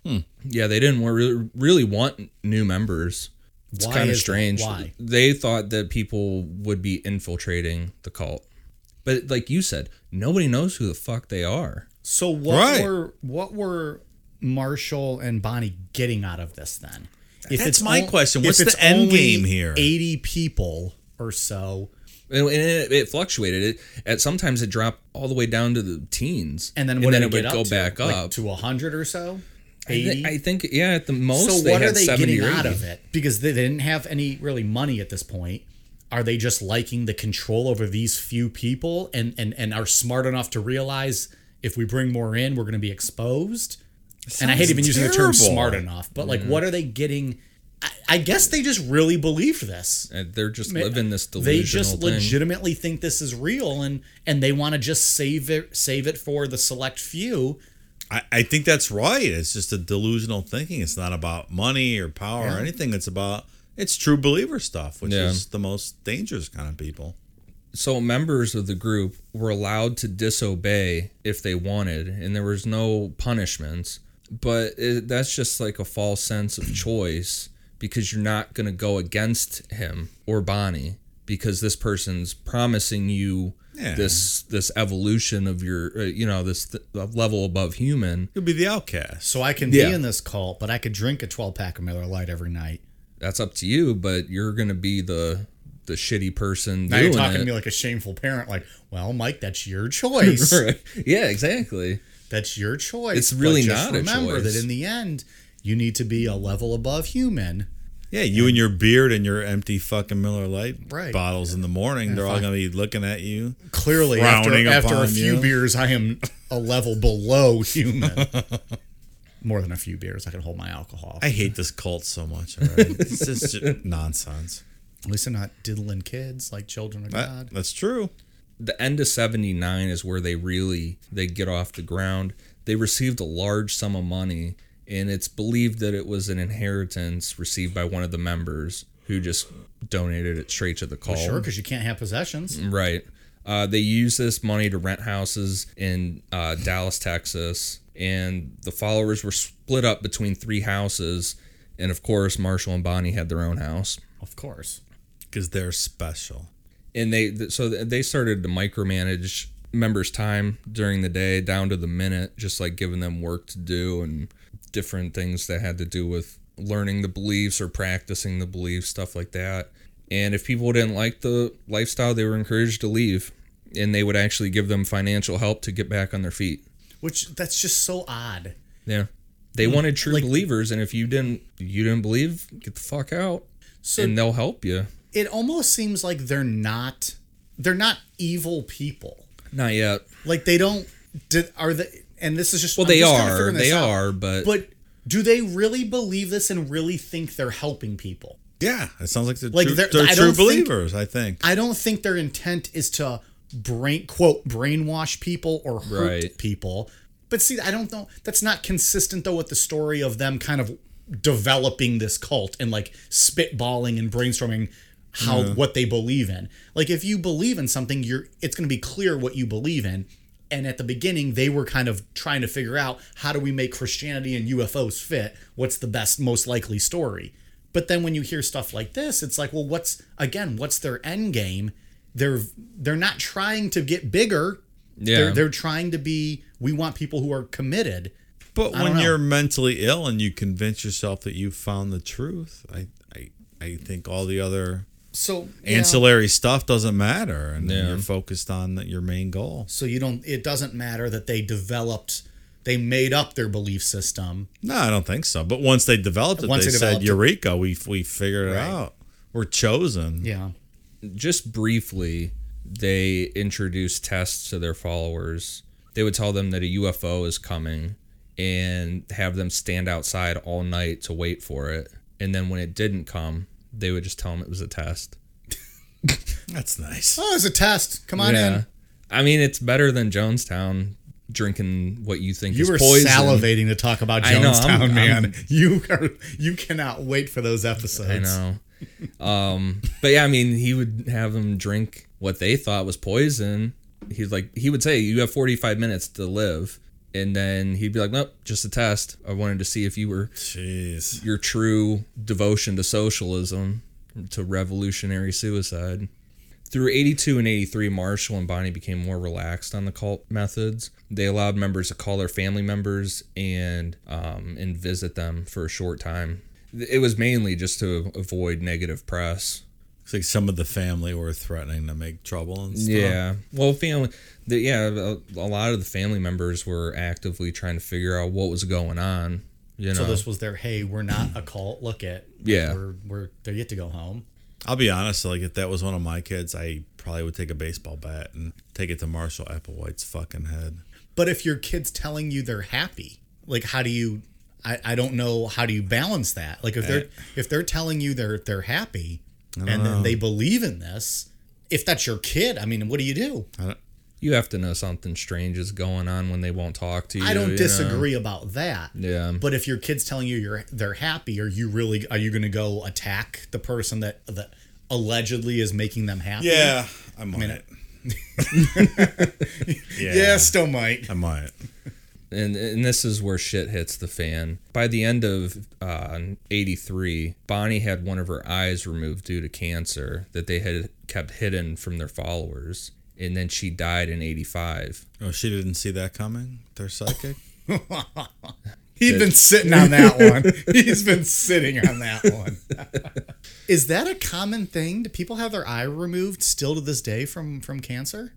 Hmm. Yeah, they didn't wa- really, really want new members. It's Why kind of is that? strange. Why? They thought that people would be infiltrating the cult. But like you said, nobody knows who the fuck they are. So what Right. were what were Marshall and Bonnie getting out of this then? If That's my question. What's if the it's end only game here? Eighty people or so, And, and it, it fluctuated. It at sometimes it dropped all the way down to the teens. and then what did it it would get go up to? back Like, up. to hundred or so. I, thi- Eighty. I think yeah, at the most so they what had are they 70 getting or 80. out of it? Because they, they didn't have any really money at this point. Are they just liking the control over these few people and and and are smart enough to realize if we bring more in, we're going to be exposed? And I hate sounds even using the term terrible. smart enough, but Mm-hmm. like, what are they getting? I, I guess they just really believed this. And Uh, they're just living this delusional They just thing. legitimately think this is real, and and they want to just save it, save it for the select few. I, I think that's right. It's just a delusional thinking. It's not about money or power or anything. It's about it's true believer stuff, which Yeah. is the most dangerous kind of people. so members of the group were allowed to disobey if they wanted and there was no punishments but it, that's just like a false sense of choice because you're not going to go against him or bonnie because this person's promising you Yeah. this this evolution of your uh, you know this th- level above human You'll be the outcast. So I can Yeah. be in this cult, but I could drink a twelve pack of Miller Lite every night. that's up to you but you're going to be the the shitty person Now doing you're talking it. to me like a shameful parent, like, well, Mike, that's your choice. yeah exactly That's your choice. It's But really just not a remember choice. that in the end, you need to be a level above human. Yeah, you and your beard and your empty fucking Miller Lite Right. bottles in the morning, they're all going to be looking at you. Clearly, after, Frowning after a upon few you. beers, I am a level below human. More than a few beers, I can hold my alcohol. I hate this cult so much. All right? it's just nonsense. At least I'm not diddling kids like children of Uh, That, God. that's true. the end of 79 is where they really they get off the ground they received a large sum of money and it's believed that it was an inheritance received by one of the members who just donated it straight to the call Sure, because you can't have possessions. right uh, they used this money to rent houses in uh, dallas texas and the followers were split up between three houses and of course marshall and bonnie had their own house Of course. Because they're special. and they th- so th- they started to micromanage members time during the day down to the minute just like giving them work to do and different things that had to do with learning the beliefs or practicing the beliefs stuff like that and if people didn't like the lifestyle they were encouraged to leave and they would actually give them financial help to get back on their feet Which that's just so odd. yeah Hmm. they wanted true believers and if you didn't you didn't believe get the fuck out So and they'll help you it almost seems like they're not they're not evil people. not yet Like they don't did, are they and this is just well I'm they just kinda are figuring this they out. are but But do they really believe this and really think they're helping people? Yeah, it sounds like they're Like, true, they're- they're, I true don't think- believers, I think. I don't think their intent is to brain quote brainwash people or hurt Right. people. But see, I don't know. That's not consistent though with the story of them kind of developing this cult and like spitballing and brainstorming how what they believe in. Like if you believe in something, you're it's going to be clear what you believe in. And at the beginning, they were kind of trying to figure out how do we make Christianity and UFOs fit? What's the best, most likely story? But then when you hear stuff like this, it's like, well, what's again, what's their end game? They're they're not trying to get bigger. Yeah. They're they're trying to be we want people who are committed. But I when don't know. you're mentally ill and you convince yourself that you found the truth, I, I, I think all the other So ancillary stuff doesn't matter, and then Yeah. you're focused on your main goal. So you don't it doesn't matter that they developed they made up their belief system. No, I don't think so. But once they developed it, Once they they said, developed it. "Eureka! We we figured it Right. out. We're chosen." Yeah. just briefly, they introduced tests to their followers. They would tell them that a UFO is coming and have them stand outside all night to wait for it. And then when it didn't come, they would just tell them it was a test. That's nice. Oh, it's a test. Come on in. I mean, it's better than Jonestown drinking what you think You is were poison. salivating to talk about I know, Jonestown, I'm- I'm- man. you are you cannot wait for those episodes. I know. um, but yeah, I mean, he would have them drink what they thought was poison. He's like, he would say, "You have 45 minutes to live," and then he'd be like, "Nope, just a test. I wanted to see if you were Jeez. your true devotion to socialism, to revolutionary suicide." Through 82 and 83, Marshall and Bonnie became more relaxed on the cult methods. They allowed members to call their family members and um, and visit them for a short time. It was mainly just to avoid negative press. It's like some of the family were threatening to make trouble and stuff. Yeah. Well, family. The, yeah, a, a lot of the family members were actively trying to figure out what was going on. You know. So this was their hey, we're not a cult. Look at Yeah. we're we're they get to go home. I'll be honest. Like if that was one of my kids, I probably would take a baseball bat and take it to Marshall Applewhite's fucking head. But if your kid's telling you they're happy, like how do you? I, I don't know how do you balance that. Like if they're if they're telling you they're they're happy and then they believe in this, if that's your kid, I mean, what do you do? you have to know something strange is going on when they won't talk to you. I don't you know? disagree about that. Yeah. But if your kid's telling you you're they're happy, are you really are you going to go attack the person that that allegedly is making them happy? I'm on it. yeah, Yeah, still might. I'm on it. and and this is where shit hits the fan. By the end of uh, '83, Bonnie had one of her eyes removed due to cancer that they had kept hidden from their followers, and then she died in '85. Oh, she didn't see that coming. They're psychic. He'd been sitting on that one. He's been sitting on that one. Is that a common thing? Do people have their eye removed still to this day from from cancer?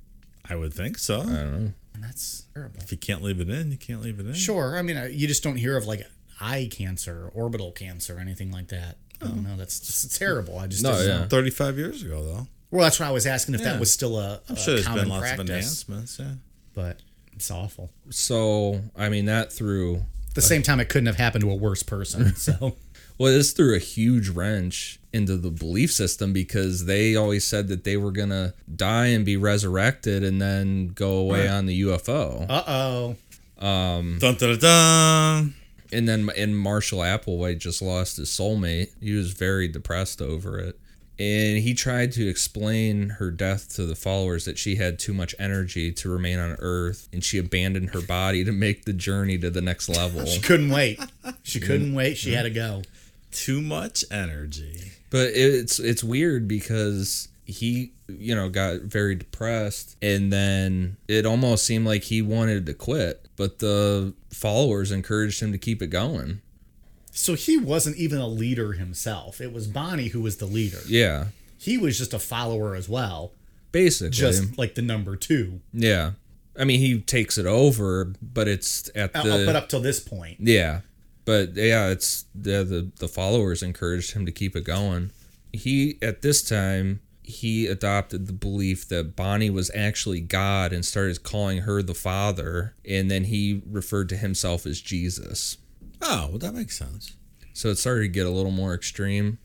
I would think so. And that's terrible. If you can't leave it in, you can't leave it in. uh, Sure, I mean I- you just don't hear of like eye cancer, orbital cancer, anything like that. I don't know. That's just terrible. I just No, didn't yeah. know. 35 years ago, though. Well, that's why I was asking if Yeah. that was still a, a I'm sure there's Uh, common been lots of practice. announcements. Yeah. but it's awful. So I mean that through At the same time, it couldn't have happened to a worse person. So well, this threw a huge wrench into the belief system because they always said that they were gonna die and be resurrected and then go away on the UFO. uh oh. Mm. Dun, dun, dun, dun. And then and Marshall Applewhite just lost his soulmate. He was very depressed over it. And he tried to explain her death to the followers that she had too much energy to remain on Earth and she abandoned her body to make the journey to the next level. She couldn't wait. She couldn't wait. She had to go. Too much energy. But it's it's weird because he you know got very depressed and then it almost seemed like he wanted to quit, but the followers encouraged him to keep it going. So he wasn't even a leader himself. It was Bonnie who was the leader. Yeah, He was just a follower as well, basically. just like the number two. yeah. I mean, he takes it over, but it's at Uh, the but up till this point, yeah. But yeah, it's the, the the followers encouraged him to keep it going. He at this time he adopted the belief that Bonnie was actually God and started calling her the Father, and then he referred to himself as Jesus. Oh, well, that makes sense. So it started to get a little more extreme.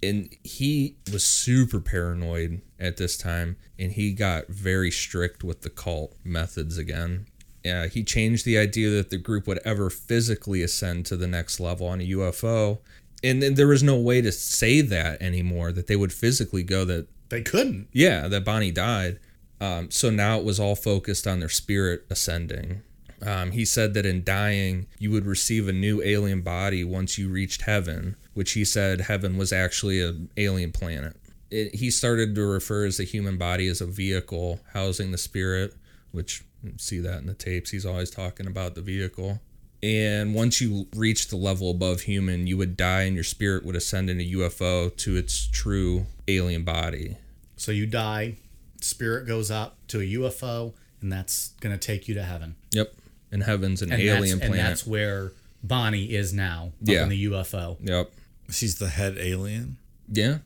And he was super paranoid at this time, and he got very strict with the cult methods again. Yeah, he changed the idea that the group would ever physically ascend to the next level on a UFO. And then there was no way to say that anymore, that they would physically go that they couldn't. yeah, that Bonnie died. Um, so now it was all focused on their spirit ascending. Um, he said that in dying, you would receive a new alien body once you reached heaven, which he said heaven was actually an alien planet. It, he started to refer as the human body as a vehicle housing the spirit, which you see that in the tapes. He's always talking about the vehicle. And once you reached the level above human, you would die and your spirit would ascend in a UFO to its true alien body. So you die, spirit goes up to a UFO, and that's gonna take you to heaven. Yep. And heaven's an And alien that's, And planet. that's where Bonnie is now. Up Yeah. in the UFO. Yep. She's the head alien. Yeah.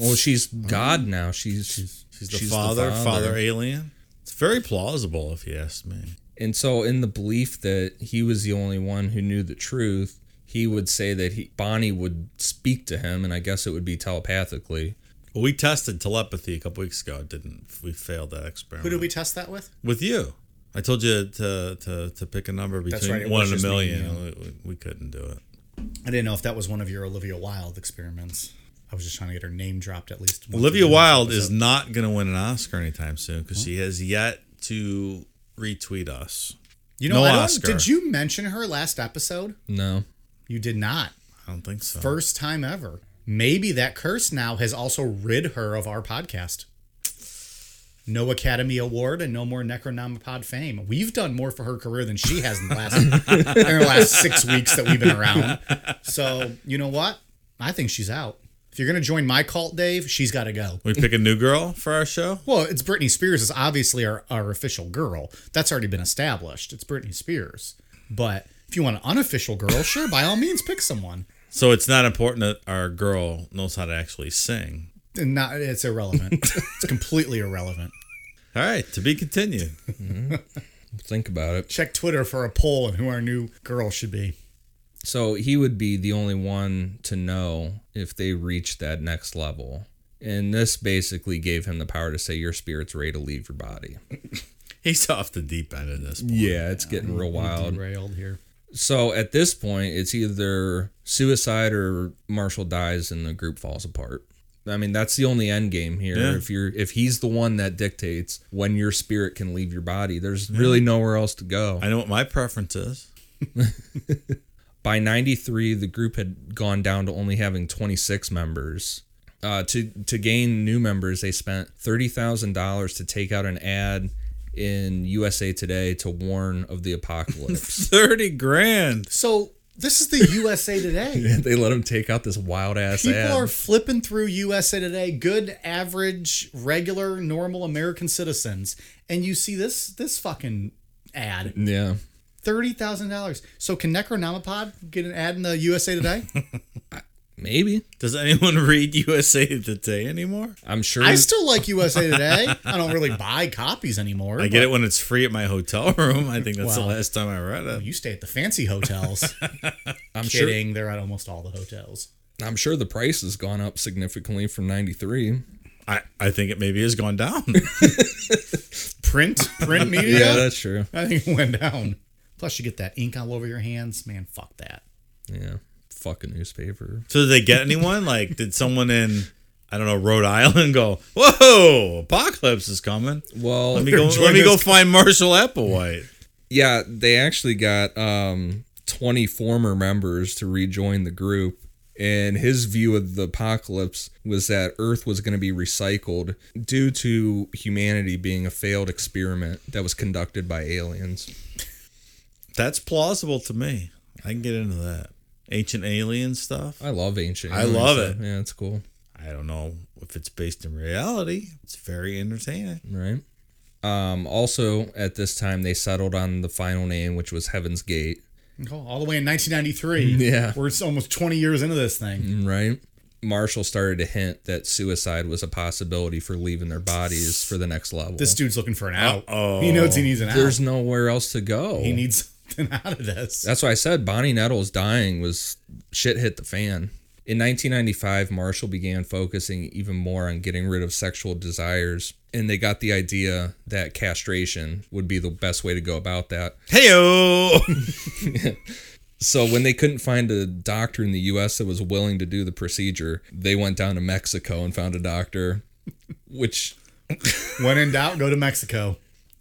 Well, she's God now. She's she's, She's the, father, father, alien. It's very plausible, if you ask me. And so, in the belief that he was the only one who knew the truth, he would say that he, Bonnie would speak to him, and I guess it would be telepathically. Well, we tested telepathy a couple weeks ago, didn't we? Failed that experiment. Who did we test that with? With you. I told you to to, to pick a number between right, it one was and a just me and million. We, we- we couldn't do it. I didn't know if that was one of your Olivia Wilde experiments. I was just trying to get her name dropped at least. once Olivia again. Wilde is not going to win an Oscar anytime soon because she has yet to retweet us. You know, no I don't, Oscar. did you mention her last episode? No. You did not. I don't think so. First time ever. Maybe that curse now has also rid her of our podcast. No Academy Award and no more Necronomipod fame. We've done more for her career than she has in the last in her last six weeks that we've been around. So you know what? I think she's out. If you're gonna join my cult, Dave, she's got to go. we pick a new girl for our show. Well, it's Britney Spears is obviously our, our official girl. That's already been established. It's Britney Spears. But if you want an unofficial girl, sure, by all means, pick someone. So it's not important that our girl knows how to actually sing. And not it's irrelevant. it's completely irrelevant. All right, to be continued. Think about it. Check Twitter for a poll on who our new girl should be. So he would be the only one to know if they reached that next level. And this basically gave him the power to say, Your spirit's ready to leave your body. He's off the deep end of this. Yeah, Mm-hmm. it's getting real wild. Derailed here. So at this point, it's either suicide or Marshall dies and the group falls apart. I mean, that's the only end game here. Yeah. If you're if he's the one that dictates when your spirit can leave your body, there's really nowhere else to go. I know what my preference is. By 93, the group had gone down to only having 26 members. Uh, to to gain new members, they spent thirty thousand dollars to take out an ad in USA Today to warn of the apocalypse. Thirty grand. So this is the USA Today. they let him take out this wild ass People ad. are flipping through USA Today, good, average, regular, normal American citizens, and you see this this fucking ad. yeah. Thirty thousand dollars. So can Necronomipod get an ad in the USA Today? Maybe. Does anyone read USA Today anymore? I'm sure. I still like USA Today. I don't really buy copies anymore. I get but- it when it's free at my hotel room. I think that's Wow. the last time I read it. You stay at the fancy hotels. I'm Kidding. They're at almost all the hotels. sure. I'm sure the price has gone up significantly from '93. I, I think it maybe has gone down. Print, print media. Yeah, that's true. I think it went down. Plus, you get that ink all over your hands. Man, fuck that. Yeah, fuck a newspaper. so did they get anyone? Like, did someone in I don't know Rhode Island go? Whoa, apocalypse is coming. Well, Let me go. Let me go find Marshall Applewhite. yeah, they actually got um, 20 former members to rejoin the group. And his view of the apocalypse was that Earth was going to be recycled due to humanity being a failed experiment that was conducted by aliens. That's plausible to me. I can get into that ancient alien stuff. I love ancient. I aliens, love though. it. Yeah, it's cool, I don't know if it's based in reality. It's very entertaining. right? Um, also, at this time, they settled on the final name, which was Heaven's Gate, Oh, all the way in 1993. Mm, Yeah. Mm. We're s- almost 20 years into this thing. right? Marshall started to hint that suicide was a possibility for leaving their bodies for the next level. This dude's looking for an out. Uh-oh. He knows he needs an out. There's nowhere else to go. he needs something out of this. That's why I said Bonnie Nettles dying was shit hit the fan. In 1995, Marshall began focusing even more on getting rid of sexual desires, and they got the idea that castration would be the best way to go about that. Heyo. So, when they couldn't find a doctor in the US that was willing to do the procedure, they went down to Mexico and found a doctor, which when in doubt, go to Mexico.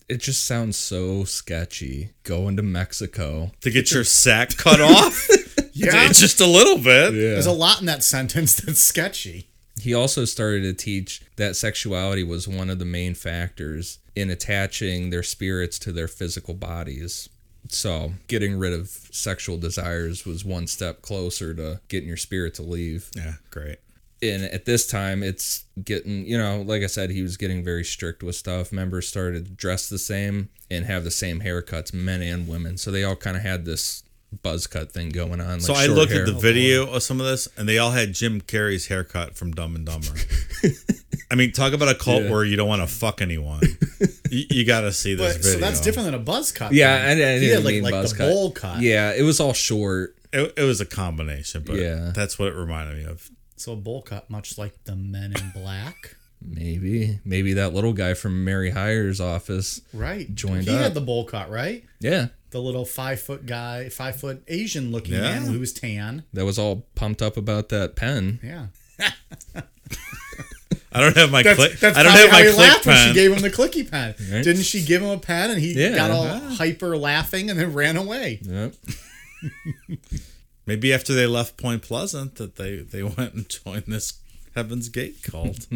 it just sounds so sketchy going to Mexico. to get your sack cut off. Yeah. It's just a little bit. There's a lot in that sentence that's sketchy. He also started to teach that sexuality was one of the main factors in attaching their spirits to their physical bodies. So, getting rid of sexual desires was one step closer to getting your spirit to leave. Yeah, great. And at this time, it's getting, you know, like I said, he was getting very strict with stuff. Members started to dress the same and have the same haircuts, men and women. So, they all kind of had this buzz cut thing going on. Like So I short looked hair. Oh, at the video of some of this, and they all had Jim Carrey's haircut from Dumb and Dumber. I mean, talk about a cult where you don't want to fuck anyone. you, you got to see this But, video. so that's different than a buzz cut. Yeah, then. I, I didn't he had like, mean like buzz the cut. bowl cut. Yeah, it was all short. It, it was a combination, but Yeah. that's what it reminded me of. So a bowl cut, much like the Men in Black. Maybe, maybe that little guy from Mary Hire's office. Right. Joined he up. had the bowl cut, right? Yeah, The little five foot guy, five foot Asian looking Yeah. man who was tan. that was all pumped up about that pen. Yeah. I don't have my click. I don't probably have how my he click laughed when pen. she gave him the clicky pen. Right. Didn't she give him a pen and he Yeah. got all Uh-huh. hyper laughing and then ran away? Yep. Maybe after they left Point Pleasant, that they they went and joined this Heaven's Gate cult.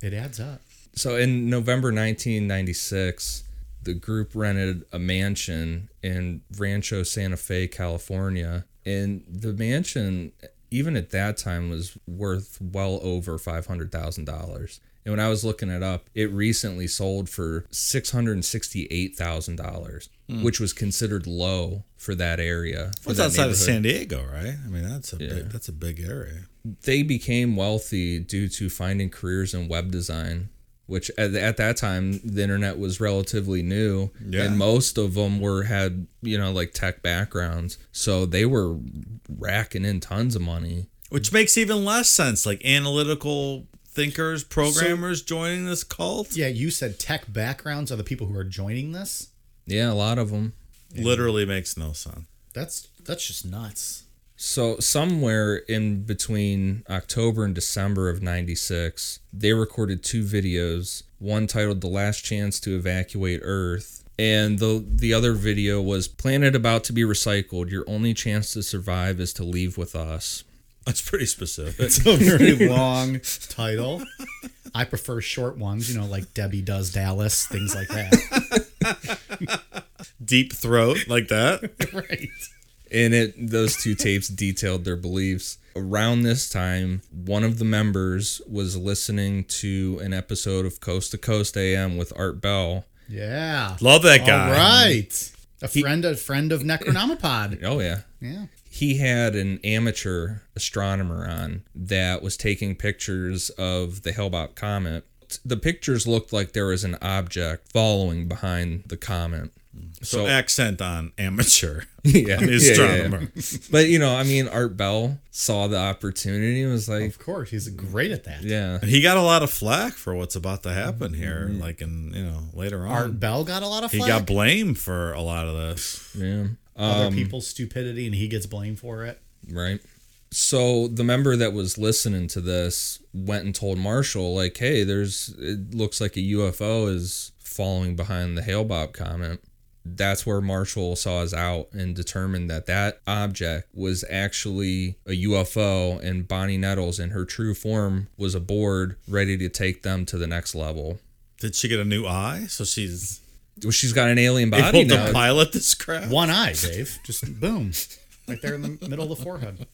It adds up. So in November 1996, the group rented a mansion in Rancho Santa Fe, California, and the mansion, even at that time, was worth well over five hundred thousand dollars. And when I was looking it up, it recently sold for six hundred and sixty-eight thousand dollars, which was considered low for that area. For It's Hmm. that outside of neighborhood. San Diego, right? I mean, that's a big, that's a big area. they became wealthy due to finding careers in web design which at, at that time the internet was relatively new Yeah. and most of them were had you know like tech backgrounds so they were racking in tons of money Which makes even less sense. Like analytical thinkers, programmers joining this cult. Yeah, you said tech backgrounds are the people who are joining this. yeah a lot of them Literally makes no sense. That's that's just nuts. So somewhere in between October and December of 96, they recorded two videos, one titled The Last Chance to Evacuate Earth, and the the other video was Planet About to be Recycled, Your Only Chance to Survive is to Leave with Us. That's pretty specific. It's a very long title. I prefer short ones, you know, like Debbie Does Dallas, things like that. Deep throat like that. right. And it those two tapes detailed their beliefs. Around this time, one of the members was listening to an episode of Coast to Coast AM with Art Bell. Yeah. Love that guy. All right. A friend, a friend of Necronomipod. Oh yeah. Yeah. he had an amateur astronomer on that was taking pictures of the Hellbop comet. The pictures looked like there was an object following behind the comet. So, Accent on amateur yeah, yeah, yeah, yeah. astronomer. But you know, I mean, Art Bell saw the opportunity and was like, Of course, he's great at that. yeah, He got a lot of flack for what's about to happen here. Like in you know later on, Art Bell got a lot of he flack. got um, blamed for a lot of this. yeah. other people's stupidity, and he gets blamed for it. Right. So the member that was listening to this went and told Marshall, like, hey, there's, it looks like a UFO is following behind the Hale Bob comment. That's where Marshall saw us out and determined that that object was actually a UFO and Bonnie Nettles in her true form was aboard, ready to take them to the next level. Did she get a new eye? So she's Well, she's got an alien body able now. to pilot this craft. One eye, Dave. Just boom. Right there in the middle of the forehead.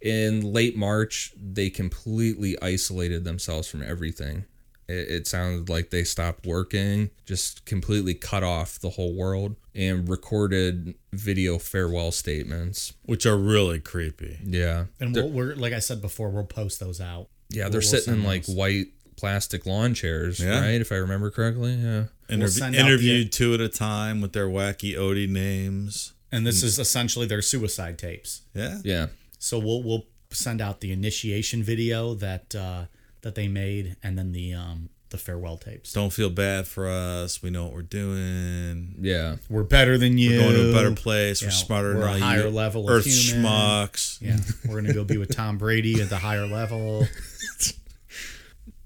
in late March, they completely isolated themselves from everything. It, it sounded like they stopped working, just completely cut off the whole world, and recorded video farewell statements. which are really creepy. Yeah. And we'll, we're like I said before, we'll post those out. Yeah, We'll- they're we'll sitting send in like those. white plastic lawn chairs, Yeah. right? If I remember correctly. Yeah. Interview, send out the- interviewed two at a time with their wacky Odie names. and Hmm. this is essentially their suicide tapes. Yeah, Yeah. So we'll we'll send out the initiation video that uh, that they made, and then the um, the farewell tapes. don't feel bad for us. We know what we're doing. Yeah. We're better than you. We're going to a better place. We're Yeah, smarter we're than a all higher you level of Earth human. schmucks. Yeah, we're gonna go be with Tom Brady at the higher level.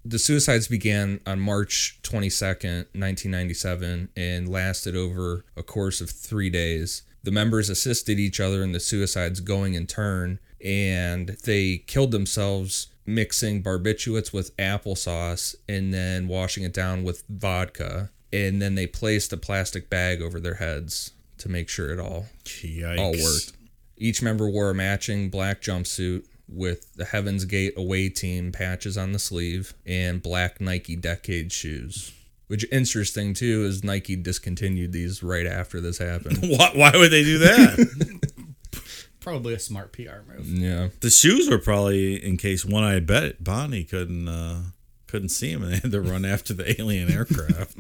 the suicides began on March 22nd, 1997, and lasted over a course of three days. The members assisted each other in the suicides going in turn, and they killed themselves mixing barbiturates with applesauce and then washing it down with vodka. And then they placed a plastic bag over their heads to make sure it all Yikes. all worked. Each member wore a matching black jumpsuit with the Heaven's Gate away team patches on the sleeve and black Nike Decade shoes. Which interesting too is Nike discontinued these right after this happened. Why, why would they do that? Probably a smart PR Hmm. move. yeah. the shoes were probably in case one eyed bet Bonnie couldn't uh, couldn't see him and they had to run after the alien aircraft.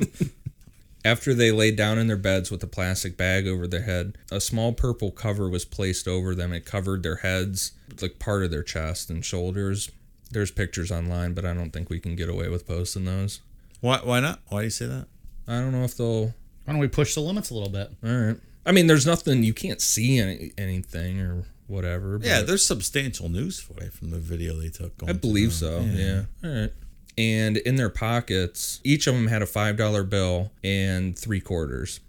After they lay down in their beds with a plastic bag over their head, a small purple cover was placed over them. It covered their heads, like part of their chest and shoulders. There's pictures online, but I don't think we can get away with posting those. why why not? Why do you say that? I don't know if they'll Why don't we push the limits a little bit? All right. I mean, there's nothing you can't see any, anything or whatever. But Yeah, there's substantial news for you from the video they took. Going I believe so. Yeah. All right. And in their pockets, each of them had a five dollar bill and three quarters.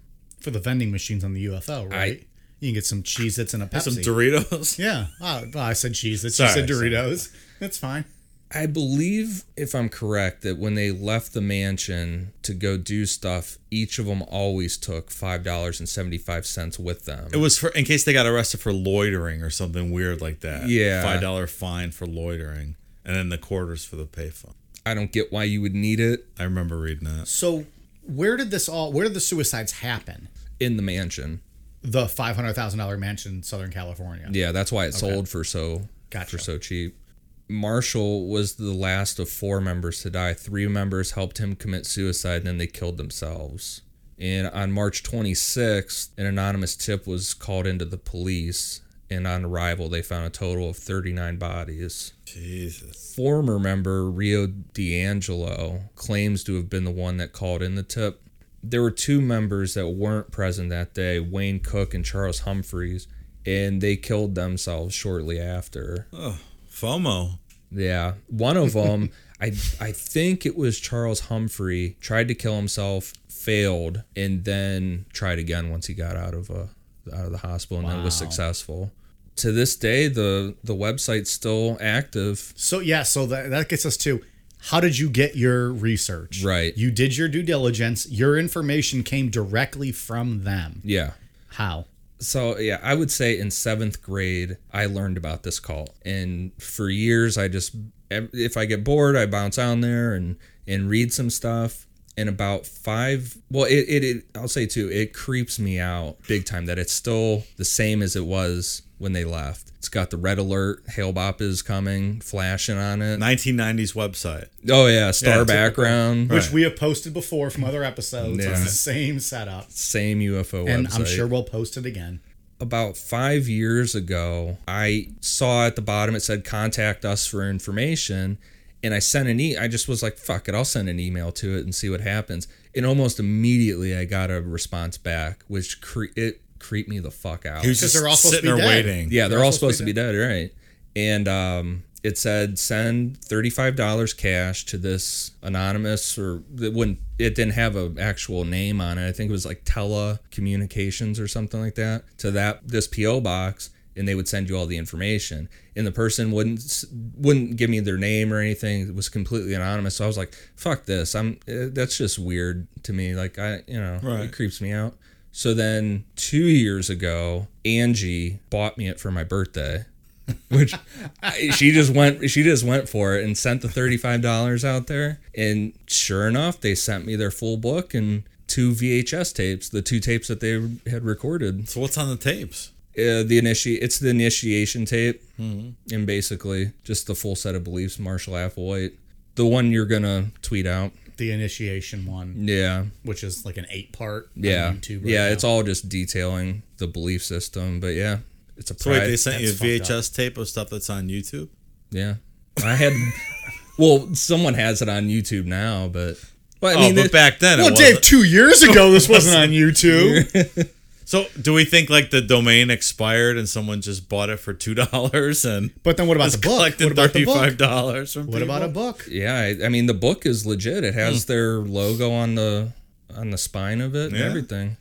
For the vending machines on the UFO, right? you can get some Cheez Its and a Pepsi. some Doritos. yeah. Oh, well, I said Cheez Its. You Sorry, said sorry. Doritos. That's fine. I believe, if I'm correct, that when they left the mansion to go do stuff, each of them always took five dollars and seventy five cents with them. It was for in case they got arrested for loitering or something weird like that. Yeah. five dollar fine for loitering, and then the quarters for the payphone. I don't get why you would need it I remember reading that. So where did this all? Where did the suicides happen? in the mansion. The five hundred thousand dollar mansion in Southern California. Yeah, that's why it sold for so Gotcha. for so cheap. Marshall was the last of four members to die. Three members helped him commit suicide, and then they killed themselves. And on March 26th, an anonymous tip was called into the police, and on arrival, they found a total of 39 bodies. Jesus, Former member Rio D'Angelo claims to have been the one that called in the tip. There were two members that weren't present that day Wayne Cook and Charles Humphreys, and they killed themselves shortly after. FOMO. Yeah, one of them, I I think it was Charles Humphrey, tried to kill himself, failed, and then tried again once he got out of a out of the hospital and then was successful. To this day, the the website's still active. So yeah, so that that gets us to how did you get your research? Right. You did your due diligence. Your information came directly from them. Yeah. How? So yeah, I would say in seventh grade I learned about this cult, and for years I just if I get bored I bounce on there and and read some stuff, and about five well it, it, it i'll say too it creeps me out big time that it's still the same as it was when they left it's got the red alert hail bop is coming flashing on it 1990s website. oh yeah star typical. background Right. Which we have posted before from other episodes. It's Yeah. the same setup. same ufo And website. I'm sure we'll post it again. about five years ago, I saw at the bottom it said contact us for information. And I sent an e I just was like, fuck it, I'll send an email to it and see what happens. And almost immediately I got a response back, which cre- it creeped me the fuck out. He was 'Cause just they're all supposed sitting to there be dead. waiting. Yeah, they're, all supposed to be dead, right? And um, it said send thirty-five dollars cash to this anonymous, or it wouldn't. It didn't have an actual name on it. I think it was like Tele Communications or something like that. To that this PO box, and they would send you all the information. And the person wouldn't s- wouldn't give me their name or anything. It was completely anonymous. So I was like, fuck this. I'm eh, that's just weird to me. Like I, you know, Right. it creeps me out. So then two years ago, Angie bought me it for my birthday, which I, she just went she just went for it and sent the thirty five dollars out there. And sure enough, they sent me their full book and two VHS tapes, the two tapes that they had recorded. So what's on the tapes? Uh, the initi- it's the initiation tape, and basically just the full set of beliefs. Marshall Applewhite, the one you're gonna tweet out. The initiation one, Yeah, which is like an eight part yeah, on YouTube. yeah. It's all just detailing the belief system, but yeah, it's a So wait, pride. they sent you a That's fucked VHS tape of stuff that's on YouTube? yeah. I had, well, someone has it on YouTube now, but but I Oh, mean, but it- back then it Well, Dave, wasn't. two years ago, this wasn't on YouTube. So do we think like the domain expired and someone just bought it for two dollars and But then what about the book? What collected about thirty the five book? dollars from What people? about a book? yeah, I, I mean, the book is legit. It has their logo on the on the spine of it and Hmm. Yeah. everything.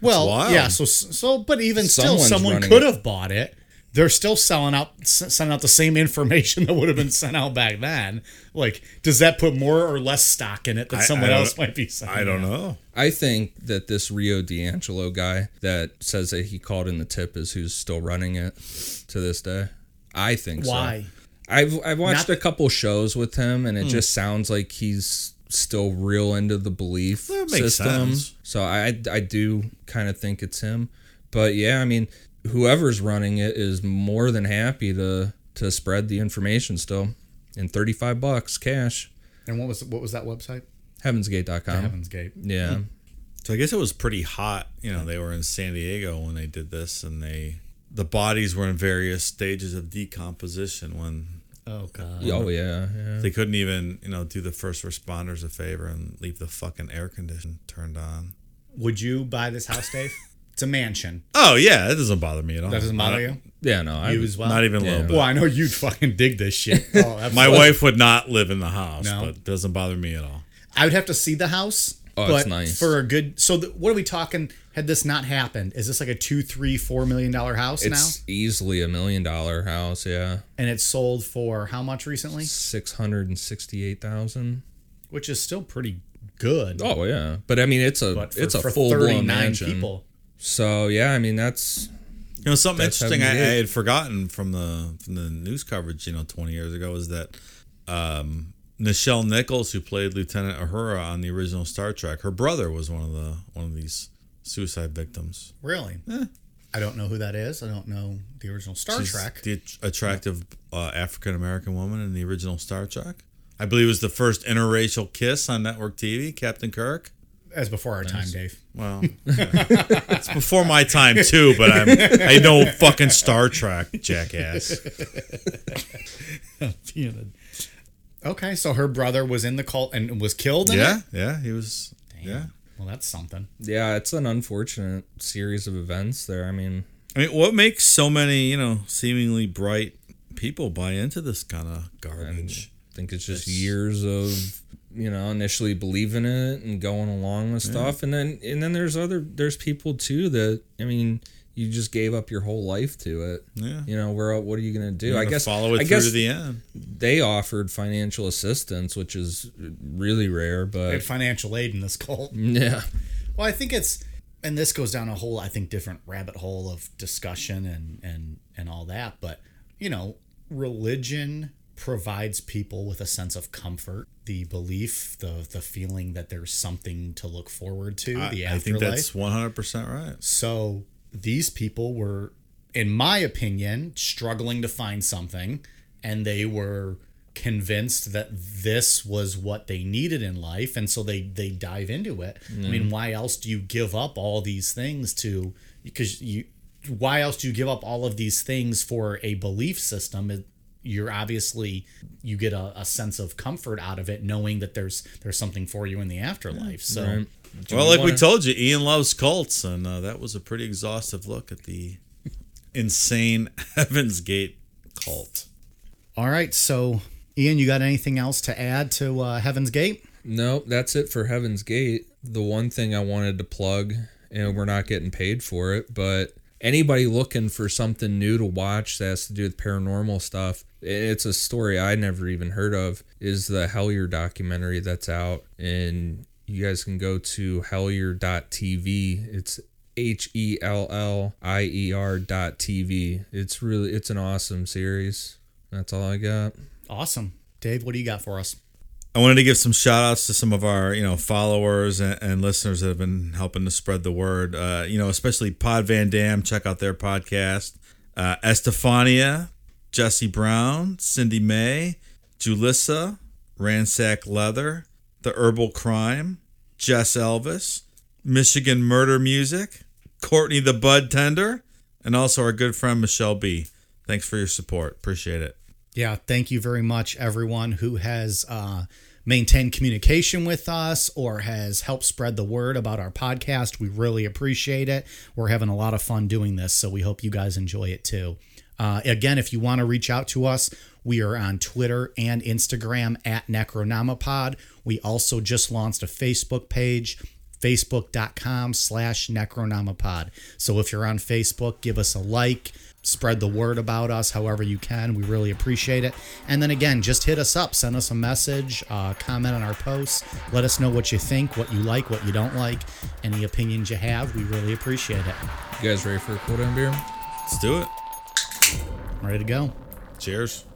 Well, wild. yeah. So, so, but even Someone's still, someone running could it. have bought it. They're still selling out, s- sending out the same information that would have been sent out back then. Like, does that put more or less stock in it that I- someone I don't- else might be sending? I don't out? know. I think that this Rio D'Angelo guy that says that he called in the tip is who's still running it to this day. I think so. why. I've I've watched Not- Hmm. a couple shows with him, and it just sounds like he's still real into the belief That makes system. sense. So I I do kind of think it's him, but yeah, I mean, whoever's running it is more than happy to to spread the information still, and thirty five bucks cash, And what was what was that website? heavensgate.com. Heaven's Gate. Yeah, So I guess it was pretty hot. You know, they were in San Diego when they did this, and they the bodies were in various stages of decomposition when Oh God. oh yeah, yeah. they couldn't even you know do the first responders a favor and leave the fucking air condition turned on. Would you buy this house, Dave? it's a mansion. Oh yeah, that doesn't bother me at all. That doesn't bother you. yeah no, I You as well. Not even a little bit. Well, I know you'd fucking dig this shit. Oh, My wife would not live in the house, No. but it doesn't bother me at all. I would have to see the house. Oh, but it's nice. For a good. So, th- what are we talking? Had this not happened, is this like a two, three, four million dollar house it's easily a million dollar house. Yeah, now? And it's sold for how much recently? six hundred and sixty eight thousand. Which is still pretty good. Oh yeah, but I mean it's a but for, it's a for full blown 39 mansion. people. So yeah, I mean that's You know, something That's interesting I, heaven's I gate. had forgotten from the from the news coverage, you know, 20 years ago was that um, Nichelle Nichols, who played Lieutenant Uhura on the original Star Trek, her brother was one of the one of these suicide victims. Really? Eh. I don't know who that is. I don't know the original Star She's Trek. the att- attractive uh, African American woman in the original Star Trek. I believe it was the first interracial kiss on network TV, Captain Kirk. As before our time, Dave. Well, it's before my time too, but I'm I know fucking Star Trek, jackass. Okay, so her brother was in the cult and was killed. In Yeah, it? yeah, he was. Yeah, Well, that's something. yeah, it's an unfortunate series of events there. I mean, I mean, what makes so many you know seemingly bright people buy into this kind of garbage? I think it's just years of you know initially believing it and going along with stuff, and then and then there's other there's people too that I mean you just gave up your whole life to it. Yeah. You know where what are you gonna do? You're I gonna guess follow it I through guess to the end. they offered financial assistance, which is really rare, They but had financial aid in this cult. yeah. Well, I think it's, and this goes down a whole, I think, different rabbit hole of discussion and and and all that. But you know, religion provides people with a sense of comfort, the belief, the the feeling that there's something to look forward to, the I, I think afterlife. that's 100% right. So these people were, in my opinion, struggling to find something, and they were convinced that this was what they needed in life, and so they they dive into it. I mean, why else do you give up all these things to? Because you, why else do you give up all of these things for a belief system? It, you're obviously you get a, a sense of comfort out of it knowing that there's there's something for you in the afterlife so Well, like we wanna- told you, Ian loves cults, and uh, that was a pretty exhaustive look at the insane Heaven's Gate cult. All right, so Ian, you got anything else to add to uh, Heaven's Gate? No, that's it for Heaven's Gate. The one thing I wanted to plug, and we're not getting paid for it, but anybody looking for something new to watch that has to do with paranormal stuff, it's a story I never even heard of, is the Hellier documentary that's out. And you guys can go to hellier.tv. It's H E L L I E R dot TV. It's really, it's an awesome series. That's all I got. Awesome. Dave, what do you got for us? I wanted to give some shout outs to some of our, you know, followers and, and listeners that have been helping to spread the word. Uh, you know, especially Pod Van Dam. Check out their podcast. Uh, Estefania, Jesse Brown, Cindy May, Julissa, Ransack Leather, The Herbal Crime, Jess Elvis, Michigan Murder Music, Courtney the Bud Tender, and also our good friend Michelle B. Thanks for your support. Appreciate it. Yeah, thank you very much, everyone who has uh, maintained communication with us or has helped spread the word about our podcast. We really appreciate it. We're having a lot of fun doing this, so we hope you guys enjoy it too. Uh, again, if you want to reach out to us, we are on Twitter and Instagram at Necronomipod. We also just launched a Facebook page. facebook.com slash necronomipod so if you're on facebook give us a like spread the word about us however you can we really appreciate it and then again just hit us up send us a message uh, comment on our posts let us know what you think what you like what you don't like any opinions you have we really appreciate it You guys ready for a cool down beer? Let's do it. ready to go Cheers.